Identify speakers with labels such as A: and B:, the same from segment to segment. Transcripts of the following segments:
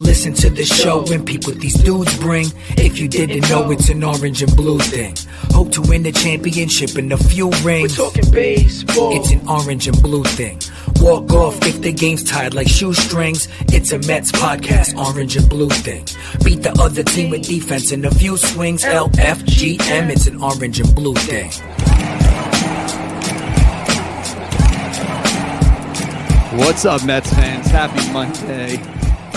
A: listen to the show and peep what these dudes bring. If you didn't know, it's an orange and blue thing. Hope to win the championship in a few rings.
B: We're talking baseball.
A: It's an orange and blue thing. Walk off if the game's tied like shoestrings. It's a Mets podcast, orange and blue thing. Beat the other team with defense in a few swings. LFGM, it's an orange and blue thing.
C: What's up, Mets fans? Happy Monday,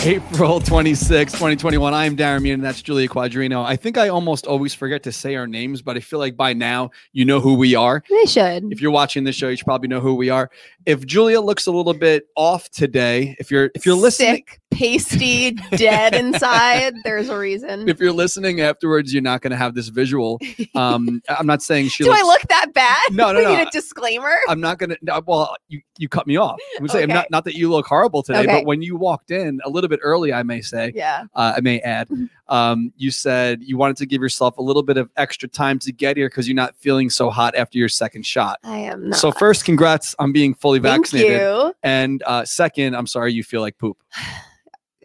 C: April 26, 2021. I am Darren Mean, and that's Julia Quadrino. I think I almost always forget to say our names, but I feel like by now you know who we are.
D: They should.
C: If you're watching this show, you should probably know who we are. If Julia looks a little bit off today, if you're if you're listening,
D: Sick, pasty, dead inside. There's a reason.
C: if you're listening afterwards, you're not going to have this visual. Um, I'm not saying she
D: Do
C: looks.
D: I look that bad?
C: No, no,
D: we
C: no.
D: need a disclaimer.
C: I'm not gonna. no, Well, you you cut me off. I'm gonna say I'm
D: Okay.
C: not not that you look horrible today,
D: Okay.
C: but when you walked in a little bit early, I may say,
D: yeah.
C: uh, I may add.
D: Mm-hmm.
C: Um, you said you wanted to give yourself a little bit of extra time to get here because you're not feeling so hot after your second shot.
D: I am not.
C: So first, congrats on being fully
D: Thank
C: vaccinated,
D: you.
C: and uh, second, I'm sorry you feel like poop.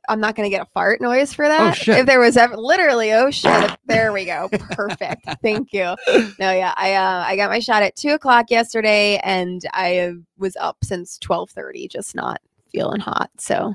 D: I'm not going to get a fart noise for that.
C: Oh, shit.
D: If there was ever literally, oh shit, if- there we go. Perfect. Thank you. No, yeah, I uh, I got my shot at two o'clock yesterday, and I was up since twelve thirty, just not feeling hot. So,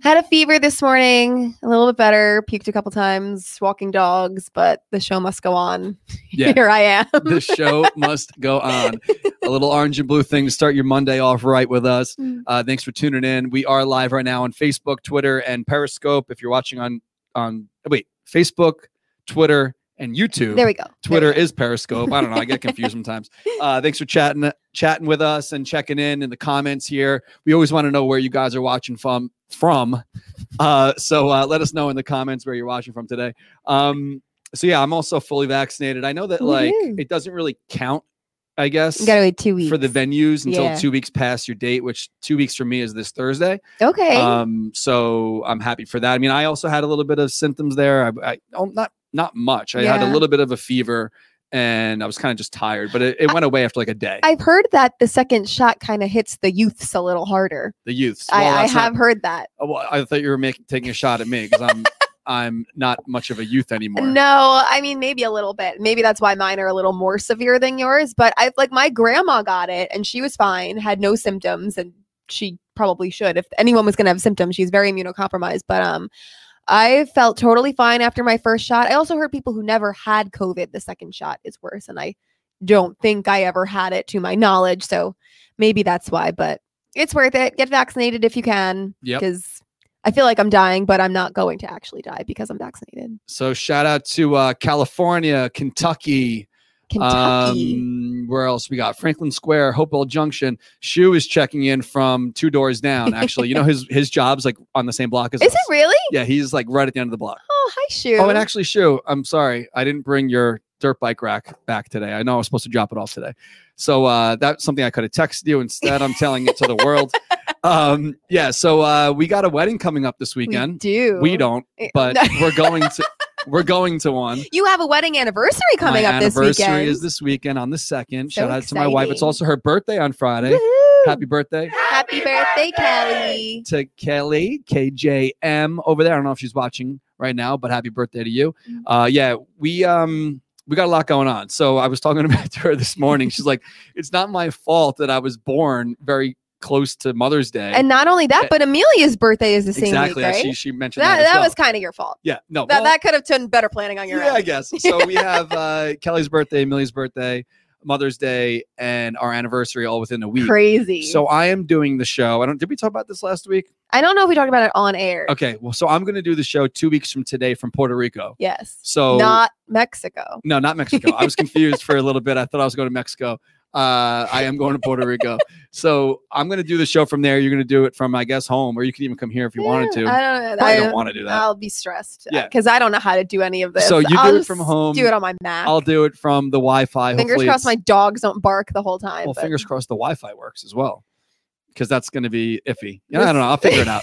D: had a fever this morning, a little bit better. Puked a couple times, walking dogs, but the show must go on.
C: Yeah.
D: Here I am.
C: the show must go on. A little orange and blue thing to start your Monday off right with us.
D: Mm.
C: Uh, thanks for tuning in. We are live right now on Facebook, Twitter, and Periscope. If you're watching on on wait Facebook, Twitter, and YouTube.
D: There we go. There we
C: Twitter
D: go.
C: is Periscope. I don't know. I get confused sometimes. Uh, thanks for chatting, chatting with us, and checking in in the comments here. We always want to know where you guys are watching from. From, uh, so uh, let us know in the comments where you're watching from today. Um, so yeah, I'm also fully vaccinated. I know that like
D: Woohoo.
C: it doesn't really count, I guess,
D: You gotta wait two weeks
C: for the venues until
D: Yeah.
C: two weeks past your date, which two weeks for me is this Thursday.
D: Okay.
C: Um, so I'm happy for that. I mean, I also had a little bit of symptoms there. I, I oh, not not much. I had a
D: Yeah.
C: little bit of a fever, and I was kind of just tired, but it, it went away after like a day.
D: I've heard that the second shot kind of hits the youths a little harder.
C: the youths. Well,
D: I, I
C: that's not-
D: have heard that.
C: oh, well, I thought you were making taking a shot at me because I'm I'm not much of a youth anymore.
D: No, I mean maybe a little bit. Maybe that's why mine are a little more severe than yours. But I like my grandma got it and she was fine, had no symptoms, and she probably should. If anyone was gonna have symptoms, she's very immunocompromised. But um I felt totally fine after my first shot. I also heard people who never had COVID, the second shot is worse. And I don't think I ever had it to my knowledge. So maybe that's why, but it's worth it. Get vaccinated if you can.
C: Yep.
D: Because I feel like I'm dying, but I'm not going to actually die because I'm vaccinated.
C: So shout out to uh, California, Kentucky,
D: Kentucky.
C: Um, where else we got? Franklin Square, Hopewell Junction. Shu is checking in from two doors down. Actually, you know his his job's like on the same block as
D: is
C: us.
D: it really?
C: Yeah, he's like right at the end of the block.
D: Oh, hi, Shu.
C: Um, Oh, and actually, Shu, I'm sorry, I didn't bring your dirt bike rack back today. I know I was supposed to drop it off today, so uh, that's something I could have texted you. Instead, I'm telling it to the world. Um, yeah, so uh, we got a wedding coming up this
D: we
C: weekend.
D: do.
C: don't,
D: Eh,
C: but
D: no.
C: we're going to we're going to one.
D: you have a wedding anniversary coming
C: my
D: up this
C: anniversary
D: weekend.
C: is this weekend on the second.
D: So
C: Shout out to my wife. It's
D: exciting.
C: also her birthday on Friday.
D: Woohoo.
C: Happy birthday
D: Happy birthday, Kelly.
C: to Kelly KJM over there. I don't know if she's watching right now, but happy birthday to you.
D: Mm-hmm.
C: Uh, yeah, we um we got a lot going on. So I was talking about to her this morning. She's like, "It's not my fault that I was born very close to Mother's Day."
D: And not only that, but Amelia's birthday is the same
C: exactly,
D: week, right?
C: she she mentioned
D: that
C: that.
D: that,
C: as well.
D: was kind of your fault.
C: yeah, no,
D: That,
C: well-
D: that could have done better planning on your
C: yeah, I
D: end.
C: guess. So we have uh, Kelly's birthday, Millie's birthday, Mother's Day, and our anniversary all within a week.
D: Crazy.
C: So I am doing the show. I don't. Did we talk about this last week?
D: I don't know if we talked about it on air.
C: Okay. Well, so I'm going to do the show two weeks from today from Puerto Rico.
D: Yes.
C: So
D: Not Mexico.
C: no, not Mexico. I was confused for a little bit. I thought I was going to Mexico. Uh, I am going to Puerto Rico. So I'm going to do the show from there. You're going to do it from, I guess, home, or you can even come here if you wanted
D: Yeah,
C: to.
D: I don't know.
C: Probably
D: I
C: don't want to do that.
D: I'll be stressed
C: Yeah.
D: because I don't know how to do any of this.
C: So you do
D: I'll
C: it from
D: just
C: home.
D: Do it on my Mac.
C: I'll do it from the Wi-Fi.
D: fingers
C: Hopefully
D: crossed
C: it's-
D: my dogs don't bark the whole time.
C: Well,
D: but-
C: fingers crossed the Wi-Fi works as well, because that's going to be iffy. Yeah, I don't know. I'll figure it out.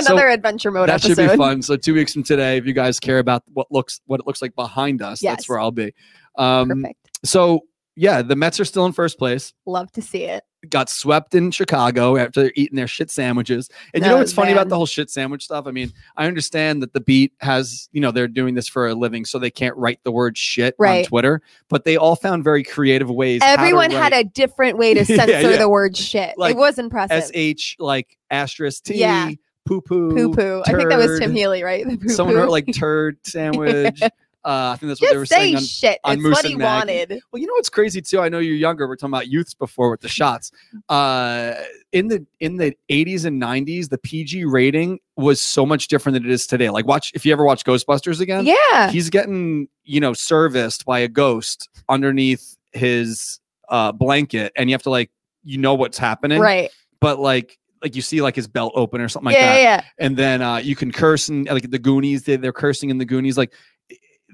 C: So,
D: Another adventure mode
C: that
D: episode.
C: should be fun. So two weeks from today, if you guys care about what looks what it looks like behind us, that's
D: Yes.
C: where I'll be. Um,
D: Perfect.
C: so yeah, the Mets are still in first place.
D: Love to see it.
C: got swept in Chicago after eating their shit sandwiches. And you know
D: Oh,
C: what's funny
D: man.
C: about the whole shit sandwich stuff? I mean, I understand that the beat has, you know, they're doing this for a living, so they can't write the word shit on
D: Right.
C: Twitter, but they all found very creative ways.
D: Everyone had a different way to
C: Yeah,
D: censor
C: yeah.
D: the word shit.
C: Like,
D: it was impressive.
C: S H like asterisk T
D: Yeah.
C: poo poo
D: poo poo. I think that was Tim
C: turd.
D: Healy, right? The poo
C: Someone
D: poo.
C: wrote like turd sandwich. uh, I think that's what they were
D: just say
C: saying on,
D: shit.
C: on
D: it's
C: Moose
D: what
C: and
D: he
C: Maggie.
D: wanted.
C: Well, you know what's crazy too? I know you're younger. We're talking about youths before with the shots. Uh, in the in the 80s and 90s, the PG rating was so much different than it is today. Like, watch if you ever watch Ghostbusters again,
D: Yeah.
C: he's getting you know serviced by a ghost underneath his uh, blanket, and you have to like you know what's happening,
D: Right.
C: But like like you see like his belt open or something like
D: yeah,
C: that,
D: yeah.
C: and then uh, you can curse and like the Goonies, they, they're cursing in the Goonies, like.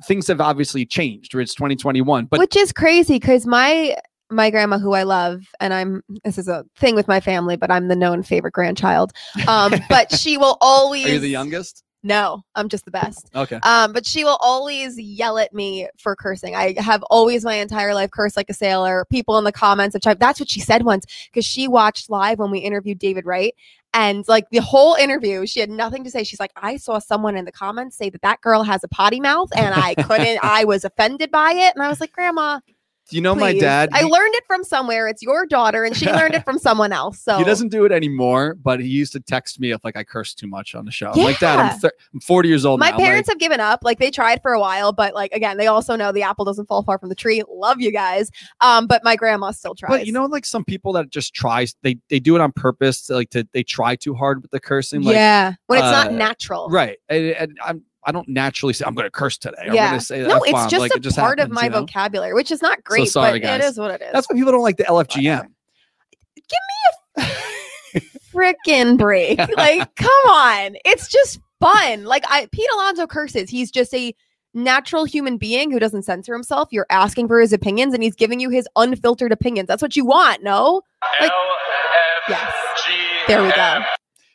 C: Things have obviously changed. It's 2021, but
D: Which is crazy because my my grandma, who I love, and I'm this is a thing with my family, but I'm the known favorite grandchild. Um, but she will always
C: Are you the youngest?
D: No, I'm just the best.
C: Okay.
D: Um, but she will always yell at me for cursing. I have always my entire life cursed like a sailor. People in the comments have tried. That's what she said once because she watched live when we interviewed David Wright. And like the whole interview, she had nothing to say. She's like, I saw someone in the comments say that that girl has a potty mouth, and I couldn't, I was offended by it. And I was like, Grandma,
C: You know, my
D: please.
C: dad.
D: I
C: he-
D: learned it from somewhere. It's your daughter, and she learned it from someone else. So
C: He doesn't do it anymore, but he used to text me if like I curse too much on the show. I'm Like that, I'm,
D: Yeah.
C: thir- I'm 40 years old.
D: My
C: now. I'm
D: parents have given up. Like they tried for a while, but like again, they also know the apple doesn't fall far from the tree. Love you guys. Um, but my grandma still
C: Like,
D: tries.
C: but you know, like some people that just try, they they do it on purpose. To, like to they try too hard with the cursing. Like,
D: yeah, when it's not
C: uh,
D: natural.
C: Right. And, and I'm I don't naturally say I'm going to curse today. I'm going
D: Yeah.
C: to say
D: No, it's
C: F-bomb,"
D: just
C: like,
D: a
C: it just
D: part of
C: happens,
D: my
C: you know?
D: vocabulary, which is not great,
C: sorry,
D: but
C: guys.
D: it is what it is.
C: That's why people don't like the LFGM.
D: Frickin' break. like, come on. It's just fun. Like I Pete Alonso curses. He's just a natural human being who doesn't censor himself. You're asking for his opinions and he's giving you his unfiltered opinions. That's what you want, no? Like- Yes. There we go.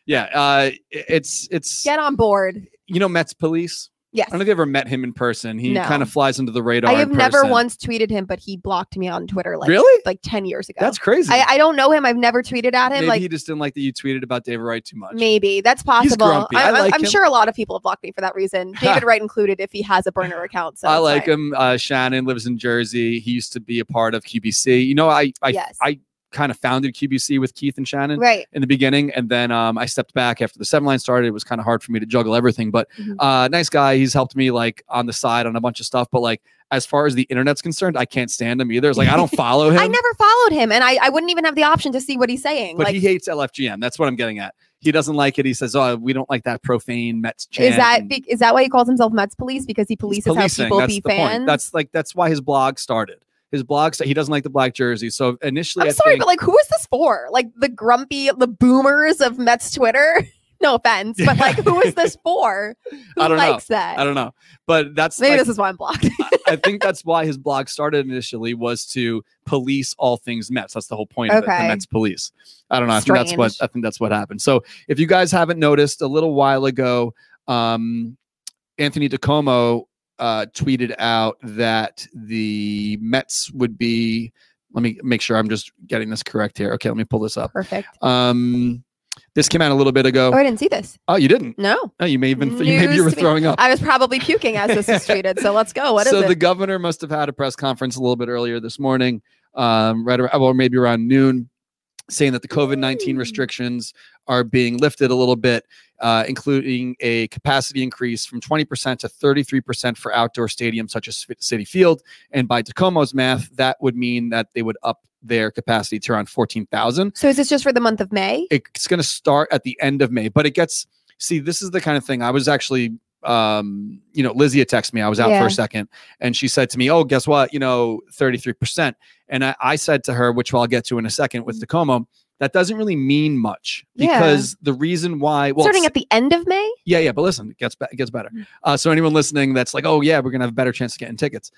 C: Yeah. Uh, it- it's it's
D: Get on board.
C: you know Mets police.
D: Yes.
C: I don't know if you ever met him in person. He
D: No.
C: kind of flies under the radar.
D: I
C: in
D: have never
C: person.
D: once tweeted him, but he blocked me on Twitter like
C: really?
D: like ten years ago.
C: That's crazy.
D: I, I don't know him. I've never tweeted at him.
C: Maybe
D: like
C: he just didn't like that you tweeted about David Wright too much.
D: maybe that's possible.
C: grumpy. I
D: I'm, I'm-
C: like
D: I'm
C: him.
D: sure a lot of people have blocked me for that reason. David Wright included, if he has a burner account. So
C: I
D: it's
C: like
D: fine.
C: him. Uh, Shannon lives in Jersey. He used to be a part of QBC. You know, I I
D: yes.
C: I kind of founded QBC with Keith and Shannon
D: right.
C: in the beginning, and then um, I stepped back after the seven line started. It was kind of hard for me to juggle everything, but
D: Mhm.
C: uh, nice guy. He's helped me like on the side on a bunch of stuff, but like as far as the internet's concerned, I can't stand him either. It's like I don't follow him.
D: I never followed him, and I, I wouldn't even have the option to see what he's saying.
C: But
D: like,
C: he hates LFGM. That's what I'm getting at. He doesn't like it. He says, "Oh, we don't like that profane Mets chant."
D: is that
C: and-
D: be- is that why he calls himself Mets police because he polices
C: policing.
D: how people
C: that's
D: be
C: the
D: fans?
C: Point. That's like that's why his blog started. His blog sta- he doesn't like the black jersey. So initially,
D: I'm
C: I
D: sorry,
C: think-
D: but like, who is this for? Like the grumpy, the boomers of Mets Twitter. no offense, but like, who is this for? Who
C: I don't know.
D: likes that?
C: I don't know. But that's
D: Maybe
C: like,
D: this is why I'm blocked.
C: I think that's why his blog started initially was to police all things Mets. That's the whole point of it, the
D: Okay.
C: Mets police. I don't know. I think that's what I
D: Strange.
C: think that's what happened. So if you guys haven't noticed, a little while ago, um, Anthony DeComo uh, tweeted out that the Mets would be. Let me make sure I'm just getting this correct here. Okay, let me pull this up.
D: Perfect.
C: Um, this came out a little bit ago.
D: Oh, I didn't see this.
C: Oh, you didn't.
D: No,
C: Oh, you may have been. you- maybe
D: News
C: you were
D: to me.
C: throwing up.
D: I was probably puking as this was tweeted. So let's go. What is
C: so the
D: it?
C: governor must have had a press conference a little bit earlier this morning, um, right around, or maybe around noon, saying that the COVID nineteen
D: Mm.
C: restrictions are being lifted a little bit, uh, including a capacity increase from twenty percent to thirty three percent for outdoor stadiums such as Fi- City Field. And by Tacomo's math, that would mean that they would up their capacity to around fourteen thousand
D: so is this just for the month of May?
C: it's going to start at the end of May, but it gets see this is the kind of thing I was actually um you know Lizzie had texted me I was out for
D: Yeah.
C: a second and she said to me oh guess what you know 33% and I, I said to her which I'll get to in a second with Tacoma that doesn't really mean much
D: Mm. Yeah.
C: because the reason why well
D: Starting
C: it's-
D: at Mm. the end of May?
C: yeah yeah but listen it gets be- it gets better uh, so anyone listening that's like oh yeah we're gonna have a better chance of getting tickets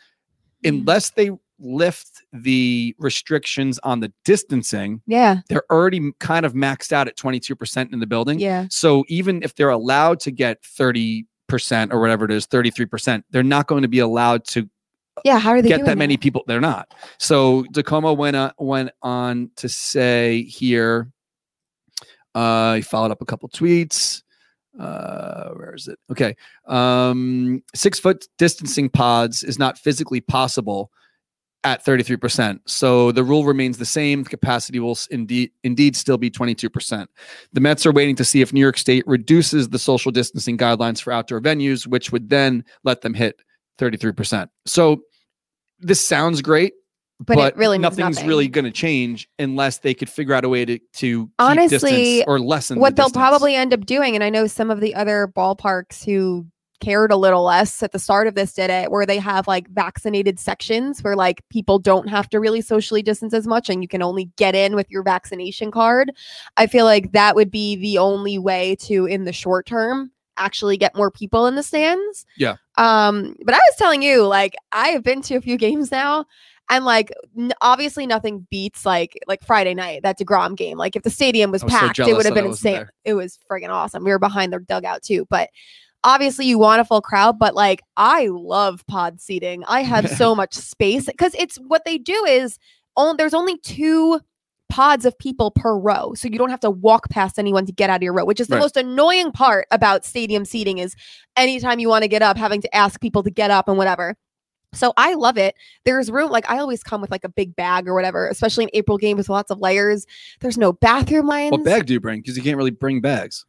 D: Mm.
C: unless they lift the restrictions on the distancing
D: Yeah.
C: they're already m- kind of maxed out at 22% in the building.
D: Yeah.
C: So even if they're allowed to get 30% or whatever it is, 33%, they're not going to be allowed to
D: yeah, how are they
C: get
D: doing
C: that many people. They're not. So Tacoma went on, went on to say here. Uh, he followed up a couple tweets. Uh, where is it? Okay, um, six foot distancing pods is not physically possible at 33%. So the rule remains the same. Capacity will s- indeed indeed still be 22%. The Mets are waiting to see if New York State reduces the social distancing guidelines for outdoor venues, which would then let them hit 33%. So this sounds great,
D: But
C: but,
D: it really means
C: nothing's
D: nothing.
C: really going to change unless they could figure out a way to, to keep
D: Honestly,
C: distance or lessen the
D: what they'll
C: distance.
D: probably end up doing and i know some of the other ballparks who cared a little less at the start of this did it where they have like vaccinated sections where like people don't have to really socially distance as much and you can only get in with your vaccination card i feel like that would be the only way to in the short term actually get more people in the stands
C: Yeah.
D: um but i was telling you like i have been to a few games now and like n- obviously nothing beats like like Friday night that Degrom game. Like if the stadium was
C: I was so
D: packed, it
C: jealous
D: would have
C: that
D: been
C: I wasn't
D: insane.
C: there.
D: It was friggin' awesome. We were behind their dugout too, but obviously you want a full crowd. But like I love pod seating. I have so much space because it's what they do is on, there's only two pods of people per row so you don't have to walk past anyone to get out of your row which is the
C: Right.
D: most annoying part about stadium seating is anytime you want to get up having to ask people to get up and whatever so i love it there's room like i always come with like a big bag or whatever especially in april games with lots of layers there's no bathroom lines
C: What bag do you bring? Because you can't really bring bags.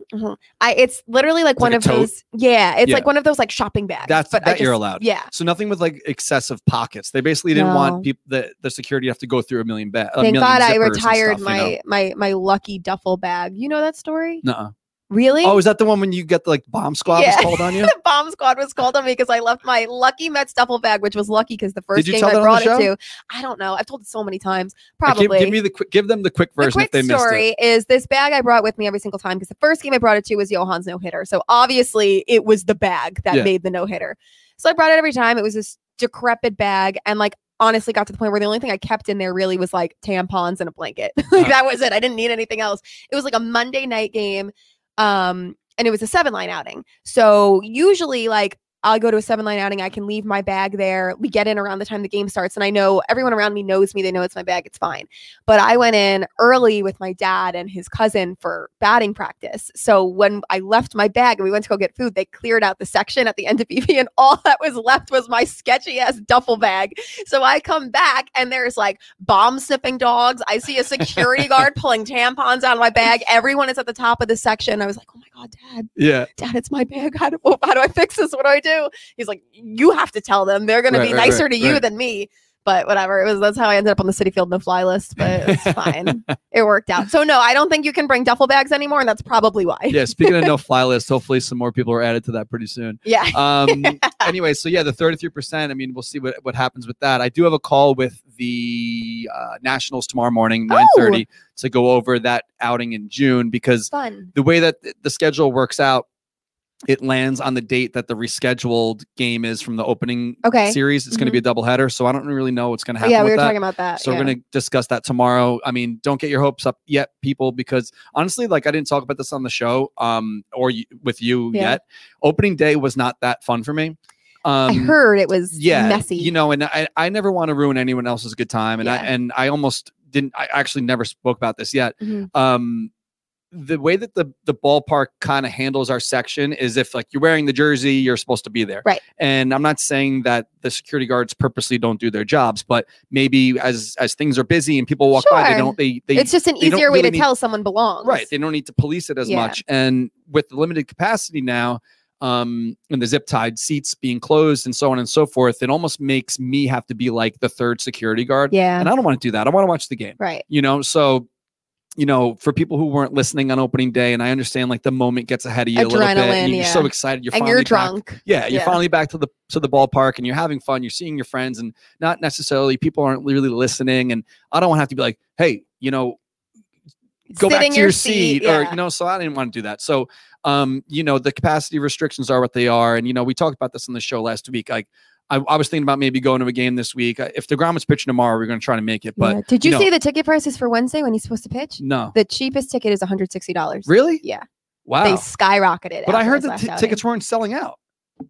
D: I, it's literally like
C: It's like
D: one
C: a
D: of
C: tote?
D: those yeah it's
C: Yeah.
D: like one of those like shopping bags
C: That's-
D: but I
C: that you're
D: just-
C: allowed.
D: yeah
C: So nothing with like excessive pockets. They basically didn't
D: No.
C: want people the, the security to have to go through a million bags.
D: thank god i retired my my my lucky duffel bag you know that story
C: Nuh-uh.
D: really
C: Oh, is that the one when you get the, like bomb squad
D: Yeah.
C: was called on you?
D: the bomb squad was called on me because I left my lucky Mets duffel bag, which was lucky because the first
C: you
D: game
C: tell
D: I
C: that on the
D: brought it
C: show?
D: to. I don't know. I've told it so many times.
C: Like,
D: Probably.
C: Give, give me the quick, give them the quick
D: the
C: version
D: quick
C: if they missed it.
D: story is this bag I brought with me every single time because the first game I brought it to was Johan's no hitter. So obviously it was the bag that
C: Yeah.
D: made the no hitter. So I brought it every time. It was this decrepit bag and like honestly got to the point where the only thing I kept in there really was like tampons and a blanket.
C: Uh-huh.
D: like that was it. I didn't need anything else. It was like a Monday night game. Um and it was a seven line outing. So usually like I'll go to a seven line outing. I can leave my bag there. We get in around the time the game starts, and I know everyone around me knows me. They know it's my bag. It's fine. But I went in early with my dad and his cousin for batting practice. So when I left my bag and we went to go get food, they cleared out the section at the end of BB, and all that was left was my sketchy ass duffel bag. So I come back, and there's like bomb sniffing dogs. I see a security guard pulling tampons out of my bag. Everyone is at the top of the section. I was like, oh my God, dad
C: Yeah.
D: dad it's my bag how do, oh, how do i fix this what do i do he's like you have to tell them they're going
C: Right,
D: to be
C: right,
D: nicer
C: right,
D: to you
C: right.
D: than me but whatever it was that's how i ended up on the city field no fly list but it's fine it worked out so no i don't think you can bring duffel bags anymore and that's probably why
C: Yeah. Speaking of no fly list, hopefully some more people are added to that pretty soon.
D: yeah
C: Um, anyway, so yeah, the 33%. I mean, we'll see what, what happens with that. I do have a call with the uh, Nationals tomorrow morning,
D: Oh.
C: 930, to go over that outing in June because
D: fun
C: the way that th- the schedule works out, it lands on the date that the rescheduled game is from the opening
D: Okay. Mm-hmm.
C: series. It's going to be a doubleheader, so I don't really know what's going to happen.
D: yeah we
C: with
D: were
C: that.
D: talking about that
C: so
D: yeah.
C: we're going to discuss that tomorrow. I mean, don't get your hopes up yet, people, because honestly, like I didn't talk about this on the show, um, or y- with you
D: Yeah.
C: yet. Opening day was not that fun for me. Um,
D: i heard it was
C: yeah,
D: messy
C: You know, and I, I never want to ruin anyone else's good time, and I
D: Yeah.
C: and I almost didn't. I actually never spoke about this yet
D: Mhm.
C: um the way that the the ballpark kind of handles our section is if like you're wearing the jersey you're supposed to be there
D: Right.
C: and i'm not saying that the security guards purposely don't do their jobs but maybe as as things are busy and people walk by they
D: Sure.
C: don't they they
D: it's just an
C: they don't
D: easier way
C: really
D: to
C: need-
D: tell someone belongs
C: right they don't need to police it as
D: Yeah.
C: much and with the limited capacity now um and the zip tied seats being closed and so on and so forth it almost makes me have to be like the third security guard
D: yeah
C: and i don't want to do that i want to watch the game
D: right
C: you know so you know for people who weren't listening on opening day and i understand like the moment gets ahead of you a little bit
D: Adrenaline,
C: and you're so
D: yeah.
C: excited you're
D: and
C: finally
D: you're
C: back-
D: drunk
C: yeah you're
D: Yeah.
C: finally back to the to the ballpark and you're having fun you're seeing your friends and not necessarily people aren't really listening and i don't want to have to be like hey you know go
D: Sit in
C: back to your, seat, or
D: yeah.
C: you know so i didn't want to do that so um you know the capacity restrictions are what they are and you know we talked about this on the show last week like I, I was thinking about maybe going to a game this week. If the Grom is pitching tomorrow, we're going to try to make it. But
D: Yeah. did you
C: no.
D: see the ticket prices for wednesday when he's supposed to pitch
C: no,
D: the cheapest ticket is $160
C: really,
D: yeah
C: wow.
D: they skyrocketed.
C: But I
D: after
C: heard
D: this
C: that
D: last
C: t-
D: outing.
C: tickets weren't selling out.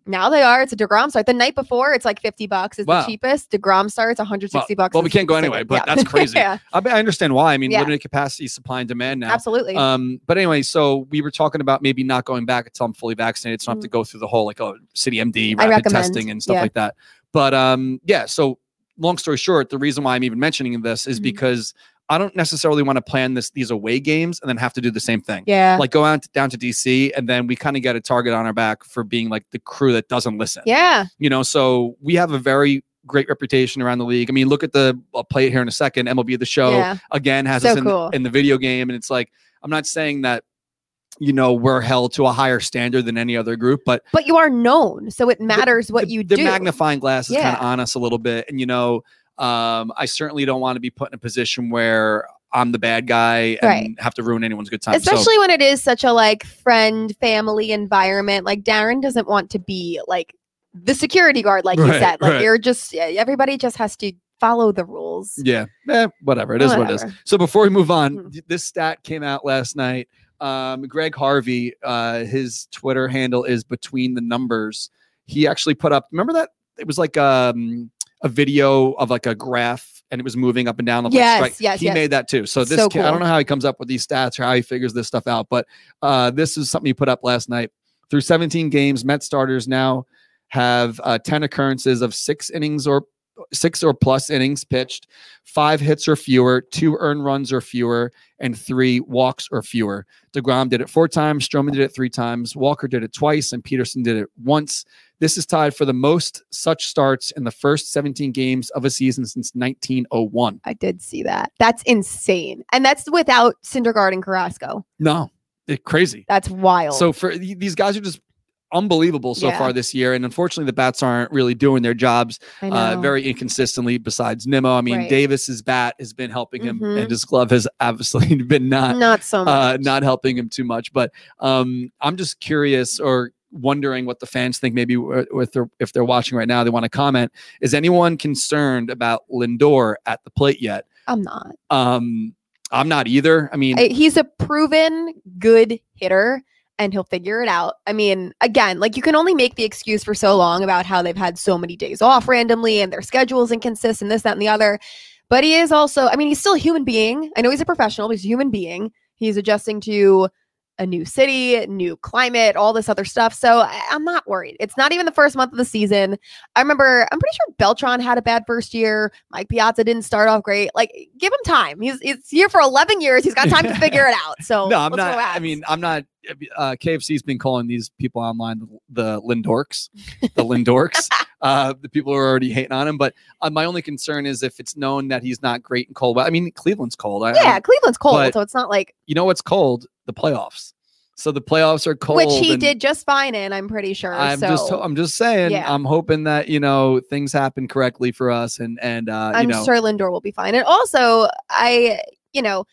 D: Now they are. It's a Degrom start. The night before, it's like fifty bucks is
C: Wow.
D: the cheapest. Degrom starts one hundred sixty bucks.
C: well, we
D: is
C: can't go
D: the
C: anyway,
D: ticket.
C: but that's crazy.
D: yeah,
C: I, mean, I understand why. I mean,
D: Yeah.
C: limited capacity, supply and demand now.
D: absolutely.
C: Um, but anyway, so we were talking about maybe not going back until I'm fully vaccinated, so I don't have to go through the whole like oh city MD
D: Mm-hmm. I
C: rapid
D: recommend,
C: testing and stuff
D: yeah.
C: like that. But um, yeah, so long story short, the reason why I'm even mentioning this is
D: Mhm.
C: because I don't necessarily want to plan this these away games and then have to do the same thing.
D: yeah,
C: Like go out down to DC and then we kind of get a target on our back for being like the crew that doesn't listen
D: yeah.
C: you know so we have a very great reputation around the league i mean look at the i'll play it here in a second mlb the show
D: Yeah.
C: again has
D: So
C: us in,
D: cool.
C: in the video game and it's like i'm not saying that you know we're held to a higher standard than any other group but
D: But you are known, so it matters what
C: the,
D: you
C: the
D: do.
C: magnifying glass is kind
D: Yeah.
C: of on us a little bit and you know um i certainly don't want to be put in a position where i'm the bad guy and
D: Right.
C: have to ruin anyone's good time so
D: Especially when it is such a like friend family environment. Like Darren doesn't want to be like the security guard, like you
C: Right,
D: said. Like
C: right.
D: you're just everybody just has to follow the rules.
C: yeah eh, whatever it is what it is
D: Whatever.
C: So before we move on,
D: Mhm.
C: th- this stat came out last night. Um, Greg Harvey, uh, his Twitter handle is between the numbers. He actually put up. Remember that it was like um, a video of like a graph, and it was moving up and down. Of
D: Yes,
C: like, strike.
D: yes,
C: He
D: yes.
C: made that too. So this,
D: So
C: kid, I
D: cool.
C: don't know how he comes up with these stats or how he figures this stuff out, but uh, this is something he put up last night. Through 17 games, Met starters now have uh, 10 occurrences of six innings or six or plus innings pitched, five hits or fewer, two earned runs or fewer, and three walks or fewer. DeGrom did it four times, Stroman did it three times, Walker did it twice, and Peterson did it once. This is tied for the most such starts in the first 17 games of a season since 1901.
D: I did see that. That's insane. And that's without Syndergaard and Carrasco.
C: No, it, crazy.
D: That's wild.
C: So for th- these guys are just unbelievable so
D: Yeah.
C: far this year, and unfortunately the bats aren't really doing their jobs
D: I
C: uh,
D: know.
C: very inconsistently. Besides Nimmo, I mean
D: Right.
C: Davis's bat has been helping him,
D: Mhm.
C: and his glove has obviously been not
D: not so much.
C: uh, not helping him too much. But um, I'm just curious or wondering what the fans think. Maybe w- with their, if they're watching right now, they want to comment. Is anyone concerned about Lindor at the plate yet?
D: I'm not.
C: Um, I'm not either. I mean,
D: I- he's a proven good hitter and he'll figure it out. I mean, again, like you can only make the excuse for so long about how they've had so many days off randomly and their schedule's inconsistent, this, that, and the other. But he is also, I mean, he's still a human being. I know he's a professional, but he's a human being. He's adjusting to a new city, new climate, all this other stuff. So I, I'm not worried. It's not even the first month of the season. I remember, I'm pretty sure Beltron had a bad first year. Mike Piazza didn't start off great. Like, give him time. He's, he's here for 11 years. He's got time to figure it out. So
C: no, I'm
D: let's
C: not. I
D: relax.
C: mean, I'm not. Uh, KFC's been calling these people online the, the Lindorks, the Lindorks. Uh, the people are already hating on him. But uh, my only concern is if it's known that he's not great in cold weather. I mean, Cleveland's cold. I, I-
D: yeah, Cleveland's cold,
C: um, but-
D: so it's not like
C: you know what's cold? The playoffs. So the playoffs are cold.
D: which he
C: and
D: did just fine in. I'm pretty sure.
C: I'm
D: so
C: just I'm just saying.
D: Yeah.
C: I'm hoping that you know things happen correctly for us, and and uh,
D: I'm
C: you know
D: sure Lindor will be fine. And also, I, you know,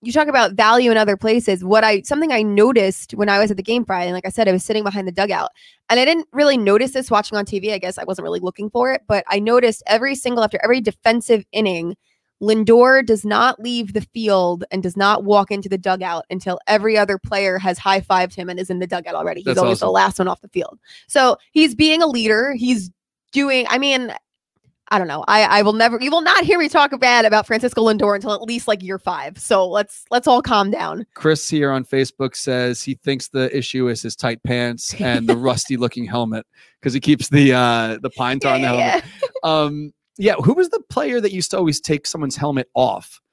D: you talk about value in other places. What I something I noticed when I was at the game Friday, and like I said, I was sitting behind the dugout, and I didn't really notice this watching on TV. I guess I wasn't really looking for it, but I noticed every single after every defensive inning. Lindor does not leave the field and does not walk into the dugout until every other player has high fived him and is in the dugout already. He's
C: That's
D: always the
C: awesome.
D: last one off the field. So he's being a leader. He's doing, I mean, I don't know. I, I will never you will not hear me talk bad about Francisco Lindor until at least like year five. So let's let's all calm down.
C: Chris here on Facebook says he thinks the issue is his tight pants and the rusty looking helmet because he keeps the uh the pine tar on the helmet. Um, yeah, who was the player that used to always take someone's helmet off?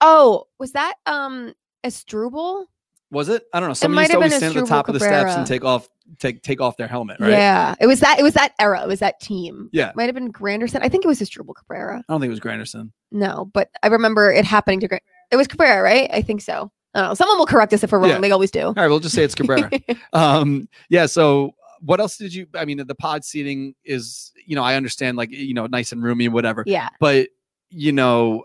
D: Oh, was that um Estrubel?
C: Was it? I don't know. Someone
D: might
C: used to
D: have
C: always
D: been
C: stand at the
D: Estrubel
C: top of the steps
D: Cabrera.
C: and take off take take off their helmet, right?
D: Yeah. It was that it was that era. It was that team.
C: Yeah.
D: Might have been Granderson. I think it was Estrubel Cabrera.
C: I don't think it was Granderson.
D: No, but I remember it happening to Gran- it was Cabrera, right? I think so. I don't know. Someone will correct us if we're wrong.
C: Yeah.
D: They always do.
C: All right, we'll just say it's Cabrera. um, yeah. So what else did you? I mean, the pod seating is you know I understand like you know nice and roomy and whatever,
D: yeah.
C: but you know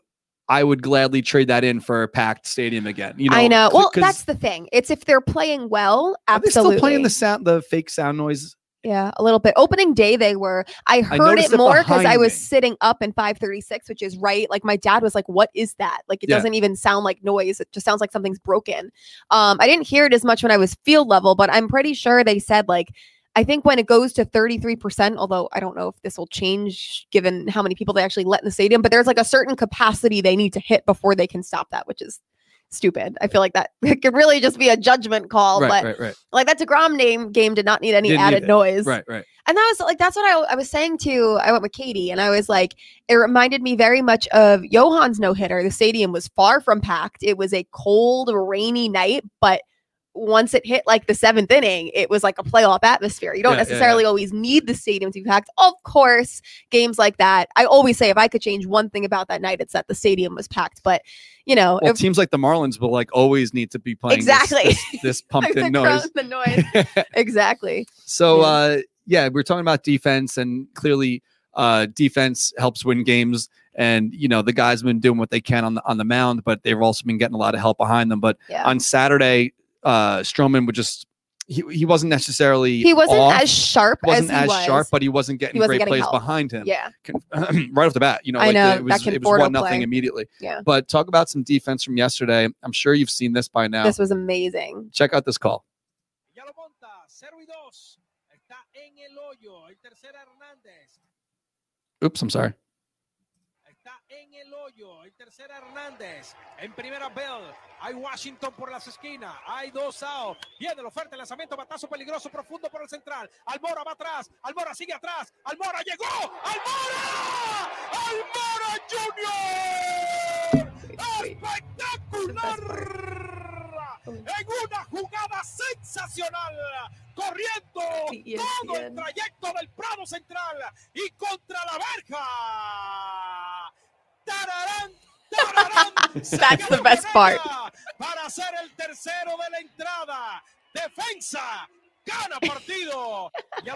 C: I would gladly trade that in for a packed stadium again. You know,
D: I know.
C: c-
D: Well,
C: 'cause
D: that's the thing. It's if they're playing well,
C: are they
D: absolutely.
C: still playing the sound, the fake sound noise.
D: Yeah, a little bit. Opening day, they were. I heard
C: noticed
D: it
C: it
D: more because I
C: behind
D: was
C: me.
D: sitting up in 536, which is right. Like my dad was like, "What is that?" Like it
C: Yeah.
D: doesn't even sound like noise. It just sounds like something's broken. Um, I didn't hear it as much when I was field level, but I'm pretty sure they said like I think when it goes to 33%, although I don't know if this will change given how many people they actually let in the stadium, but there's like a certain capacity they need to hit before they can stop that, which is stupid. I feel like that it could really just be a judgment call,
C: right,
D: but
C: right, right,
D: like that DeGrom name game did not need any
C: Didn't need
D: added
C: it.
D: noise.
C: right, right.
D: And that was like that's what I, I was saying to I went with Katie and I was like it reminded me very much of Johan's no hitter. The stadium was far from packed. It was a cold, rainy night, but once it hit like the seventh inning, it was like a playoff atmosphere. You don't
C: Yeah, yeah, yeah.
D: necessarily always need the stadium to be packed. Of course, games like that. I always say if I could change one thing about that night, it's that the stadium was packed. But you know,
C: Well,
D: if-
C: teams like the Marlins will like always need to be playing this-
D: Exactly.
C: this, this pumped
D: the
C: in
D: crowd-
C: noise.
D: the noise. exactly.
C: So
D: Yeah.
C: uh yeah, we're talking about defense and clearly uh defense helps win games and you know the guys have been doing what they can on the on the mound, but they've also been getting a lot of help behind them. But
D: Yeah.
C: on Saturday, uh Stroman would just he, he wasn't necessarily
D: he wasn't
C: off.
D: as sharp
C: He wasn't
D: as he
C: as,
D: was.
C: sharp, but he wasn't getting
D: He wasn't
C: great
D: getting
C: plays
D: help.
C: behind him.
D: yeah.
C: right off the bat. You know,
D: I
C: like
D: know,
C: the- it was
D: that
C: it was
D: Conforto
C: one nothing
D: play.
C: immediately.
D: Yeah.
C: But talk about some defense from yesterday. I'm sure you've seen this by now.
D: This was amazing.
C: Check out this call.
B: Ya lo monta, 0 y 2. Está en el hoyo. El tercera Hernández.
C: Oops, I'm sorry.
B: Está en el hoyo. El tercera Hernández. En primera Bell. Hay Washington por las esquinas. Hay dos out. Viene la oferta, el lanzamiento, batazo peligroso, profundo por el central. Almora va atrás. Almora sigue atrás. Almora llegó. Almora. Almora Junior. Espectacular. En una jugada sensacional. Corriendo todo el trayecto del Prado Central y contra la verja. Tararán, tararán, se
D: That's the
B: lleva
D: best part.
B: Pereira Para ser el tercero de la entrada. Defensa gana partido. Ya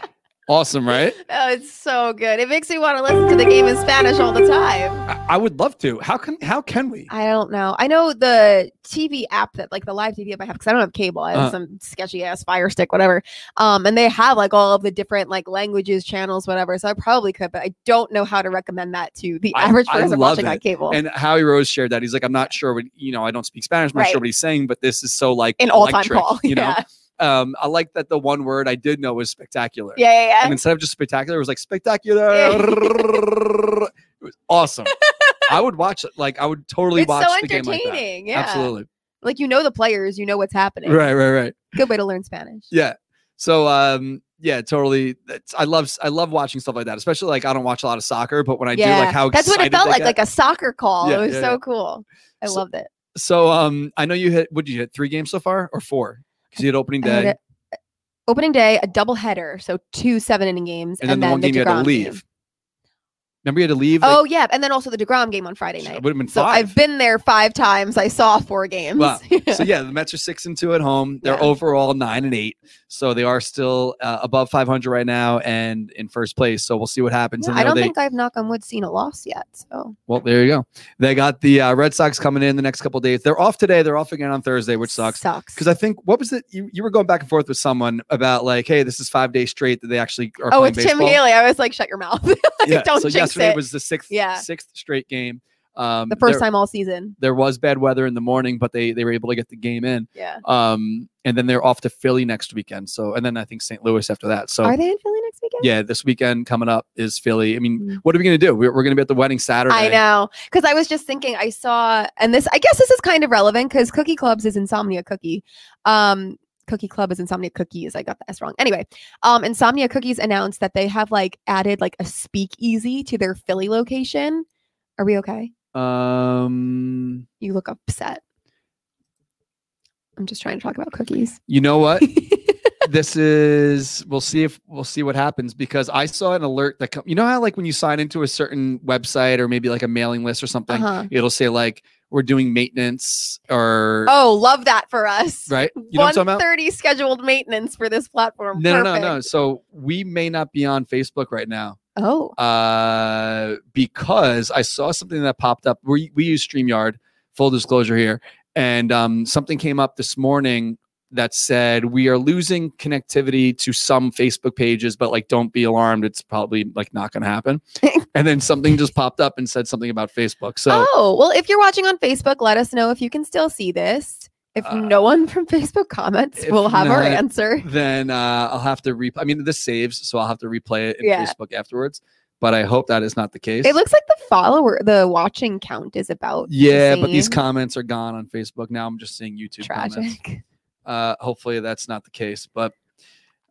C: Awesome, right?
D: Oh, it's so good. It makes me want to listen to the game in Spanish all the time.
C: I, I would love to. How can how can we?
D: I don't know. I know the TV app that, like the live TV app I have, because I don't have cable. I have
C: Uh-huh.
D: some sketchy ass Fire Stick, whatever. Um, and they have like all of the different like languages, channels, whatever. So I probably could, but I don't know how to recommend that to the
C: I-
D: average
C: I
D: person
C: love
D: watching on
C: it.
D: cable.
C: and Howie Rose shared that. He's like, I'm not sure what you know, I don't speak Spanish, I'm not sure
D: Right.
C: what he's saying, but this is so like
D: An all time
C: electric,
D: call.
C: You know?
D: yeah.
C: Um, I like that the one word I did know was spectacular.
D: yeah, yeah, yeah.
C: And instead of just spectacular, it was like spectacular. it was awesome. I would watch it. Like I would totally
D: it's
C: watch
D: so
C: the game like that.
D: entertaining. yeah.
C: Absolutely.
D: Like you know the players, you know what's happening.
C: Right, right, right.
D: Good way to learn Spanish.
C: Yeah. So um yeah, totally. That's, I love I love watching stuff like that, especially like I don't watch a lot of soccer, but when I do, like how
D: that's what it
C: excited
D: felt
C: they
D: like,
C: get.
D: like a soccer call.
C: Yeah,
D: it was
C: yeah,
D: so
C: yeah.
D: cool. I
C: So-
D: loved it.
C: So um, I know you hit. What did you hit? Three games so far, or four? Because you had opening
D: I had
C: day,
D: a- opening day, a double header, so two seven inning games,
C: and then the one game you had to
D: DeGrom
C: leave.
D: game.
C: Remember you had to leave.
D: Oh yeah, and then also the Degrom game on Friday night.
C: would have been
D: So i
C: five.
D: I've been there five times. I saw four games.
C: Wow. so yeah, the Mets are six and two at home. They're
D: Yeah.
C: overall nine and eight, so they are still uh, above 500 right now and in first place. So we'll see what happens.
D: Yeah,
C: and
D: I
C: know
D: don't
C: they,
D: think I've knock on wood seen a loss yet. So
C: well, there you go. They got the uh, Red Sox coming in the next couple days. They're off today. They're off again on Thursday, which sucks.
D: Sucks.
C: Because I think what was it? You, you were going back and forth with someone about like, hey, this is five days straight that they actually are
D: oh,
C: playing
D: it's Tim
C: baseball.
D: Haley. I was like, shut your mouth. Like, don't
C: so
D: jinx
C: yesterday
D: it.
C: was the sixth
D: Yeah.
C: sixth straight game. Um,
D: the first
C: there,
D: time all season.
C: there was bad weather in the morning, but they they were able to get the game in.
D: Yeah.
C: Um, and then they're off to Philly next weekend. So and then I think St. Louis after that. So
D: Are they in Philly next weekend?
C: yeah, this weekend coming up is Philly. I mean,
D: Mm.
C: what are we gonna do? We're, we're gonna be at the wedding Saturday.
D: I know. Because I was just thinking, I saw, and this, I guess this is kind of relevant because Cookie Clubs is Insomnia Cookie. Um, Cookie Club is Insomnia Cookies. I got the S wrong. Anyway, um, Insomnia Cookies announced that they have like added like a speakeasy to their Philly location. Are we okay?
C: Um,
D: You look upset. I'm just trying to talk about cookies.
C: you know what? this is we'll see if we'll see what happens because I saw an alert that come. You know how like when you sign into a certain website or maybe like a mailing list or something,
D: Uh-huh.
C: it'll say like we're doing maintenance or
D: Oh, love that for us.
C: right. You know what I'm talking about?
D: 130 scheduled maintenance for this platform.
C: No, no, no, no.
D: Perfect.
C: So we may not be on Facebook right now
D: Oh,
C: uh, because I saw something that popped up. We we use Streamyard. Full disclosure here, and um, something came up this morning that said we are losing connectivity to some Facebook pages, but like don't be alarmed. It's probably like not going to happen. and then something just popped up and said something about Facebook. So
D: oh, well, if you're watching on Facebook, let us know if you can still see this. If
C: Uh,
D: no one from Facebook comments,
C: if
D: we'll have our
C: not-
D: answer.
C: then uh, I'll have to re. I mean, this saves, so I'll have to replay it in
D: Yeah.
C: Facebook afterwards. But I hope that is not the case.
D: It looks like the follower, the watching count is about. the
C: yeah, but these
D: same.
C: comments are gone on Facebook now. I'm just seeing YouTube comments.
D: tragic.
C: Uh, hopefully, that's not the case. But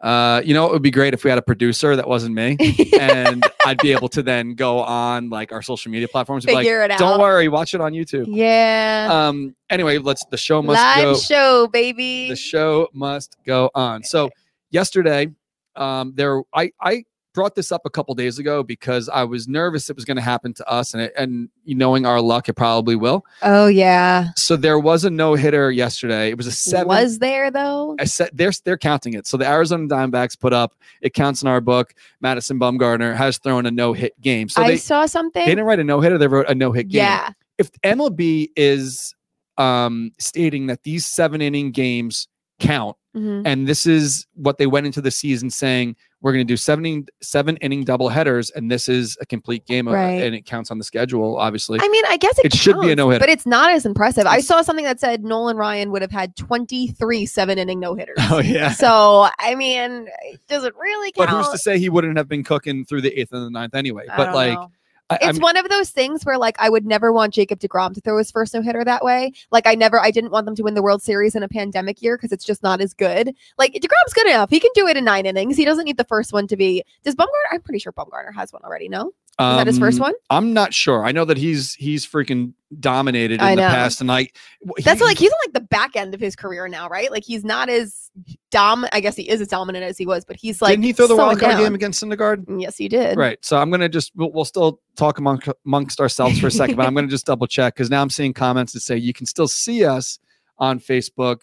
C: uh, you know, it would be great if we had a producer that wasn't me, and I'd be able to then go on like our social media platforms. And be like,
D: Figure it out.
C: don't worry, watch it on YouTube.
D: Yeah.
C: Um. Anyway, let's. The show must
D: Live
C: go.
D: show, baby.
C: the show must go on. So yesterday, um, there I I brought this up a couple days ago because I was nervous it was going to happen to us, and it, and knowing our luck, it probably will.
D: oh yeah.
C: So there was a no hitter yesterday. It was a seven.
D: Was there though?
C: I said they're they're counting it. So the Arizona Diamondbacks put up it counts in our book. Madison Bumgarner has thrown a no hit game. So
D: I
C: they,
D: saw something.
C: they didn't write a no hitter. They wrote a no hit game
D: yeah.
C: if MLB is um, stating that these seven inning games count,
D: Mhm.
C: and this is what they went into the season saying, we're going to do seven inning, seven inning double headers, and this is a complete game, of,
D: Right.
C: and it counts on the schedule, obviously.
D: I mean, I guess it,
C: it should be a
D: counts,
C: no-hitter.
D: but it's not as impressive. I
C: It's-
D: saw something that said Nolan Ryan would have had 23 seven inning no hitters.
C: oh yeah.
D: so I mean, does it really
C: But
D: count?
C: who's to say he wouldn't have been cooking through the eighth and the ninth anyway?
D: I
C: But
D: don't
C: like,
D: know.
C: I, I'm,
D: it's one of those things where like I would never want Jacob Degrom to throw his first no hitter that way. Like I never, I didn't want them to win the World Series in a pandemic year because it's just not as good. Like Degrom's good enough; he can do it in nine innings. He doesn't need the first one to be. Does Bumgarner? I'm pretty sure Bumgarner has one already. No, is that his first
C: um,
D: one?
C: I'm not sure. I know that he's he's freaking dominated in
D: I
C: the
D: know.
C: past, and I wh-
D: That's
C: he-
D: like he's on like the back end of his career now, right? Like he's not as dom. I guess he is as dominant as he was, but he's like
C: didn't he throw the
D: slowing
C: wild card
D: down.
C: game against Syndergaard?
D: Yes, he did.
C: Right. So I'm gonna just we'll, we'll still talk among, amongst ourselves for a second, but I'm gonna just double check because now I'm seeing comments that say you can still see us on Facebook,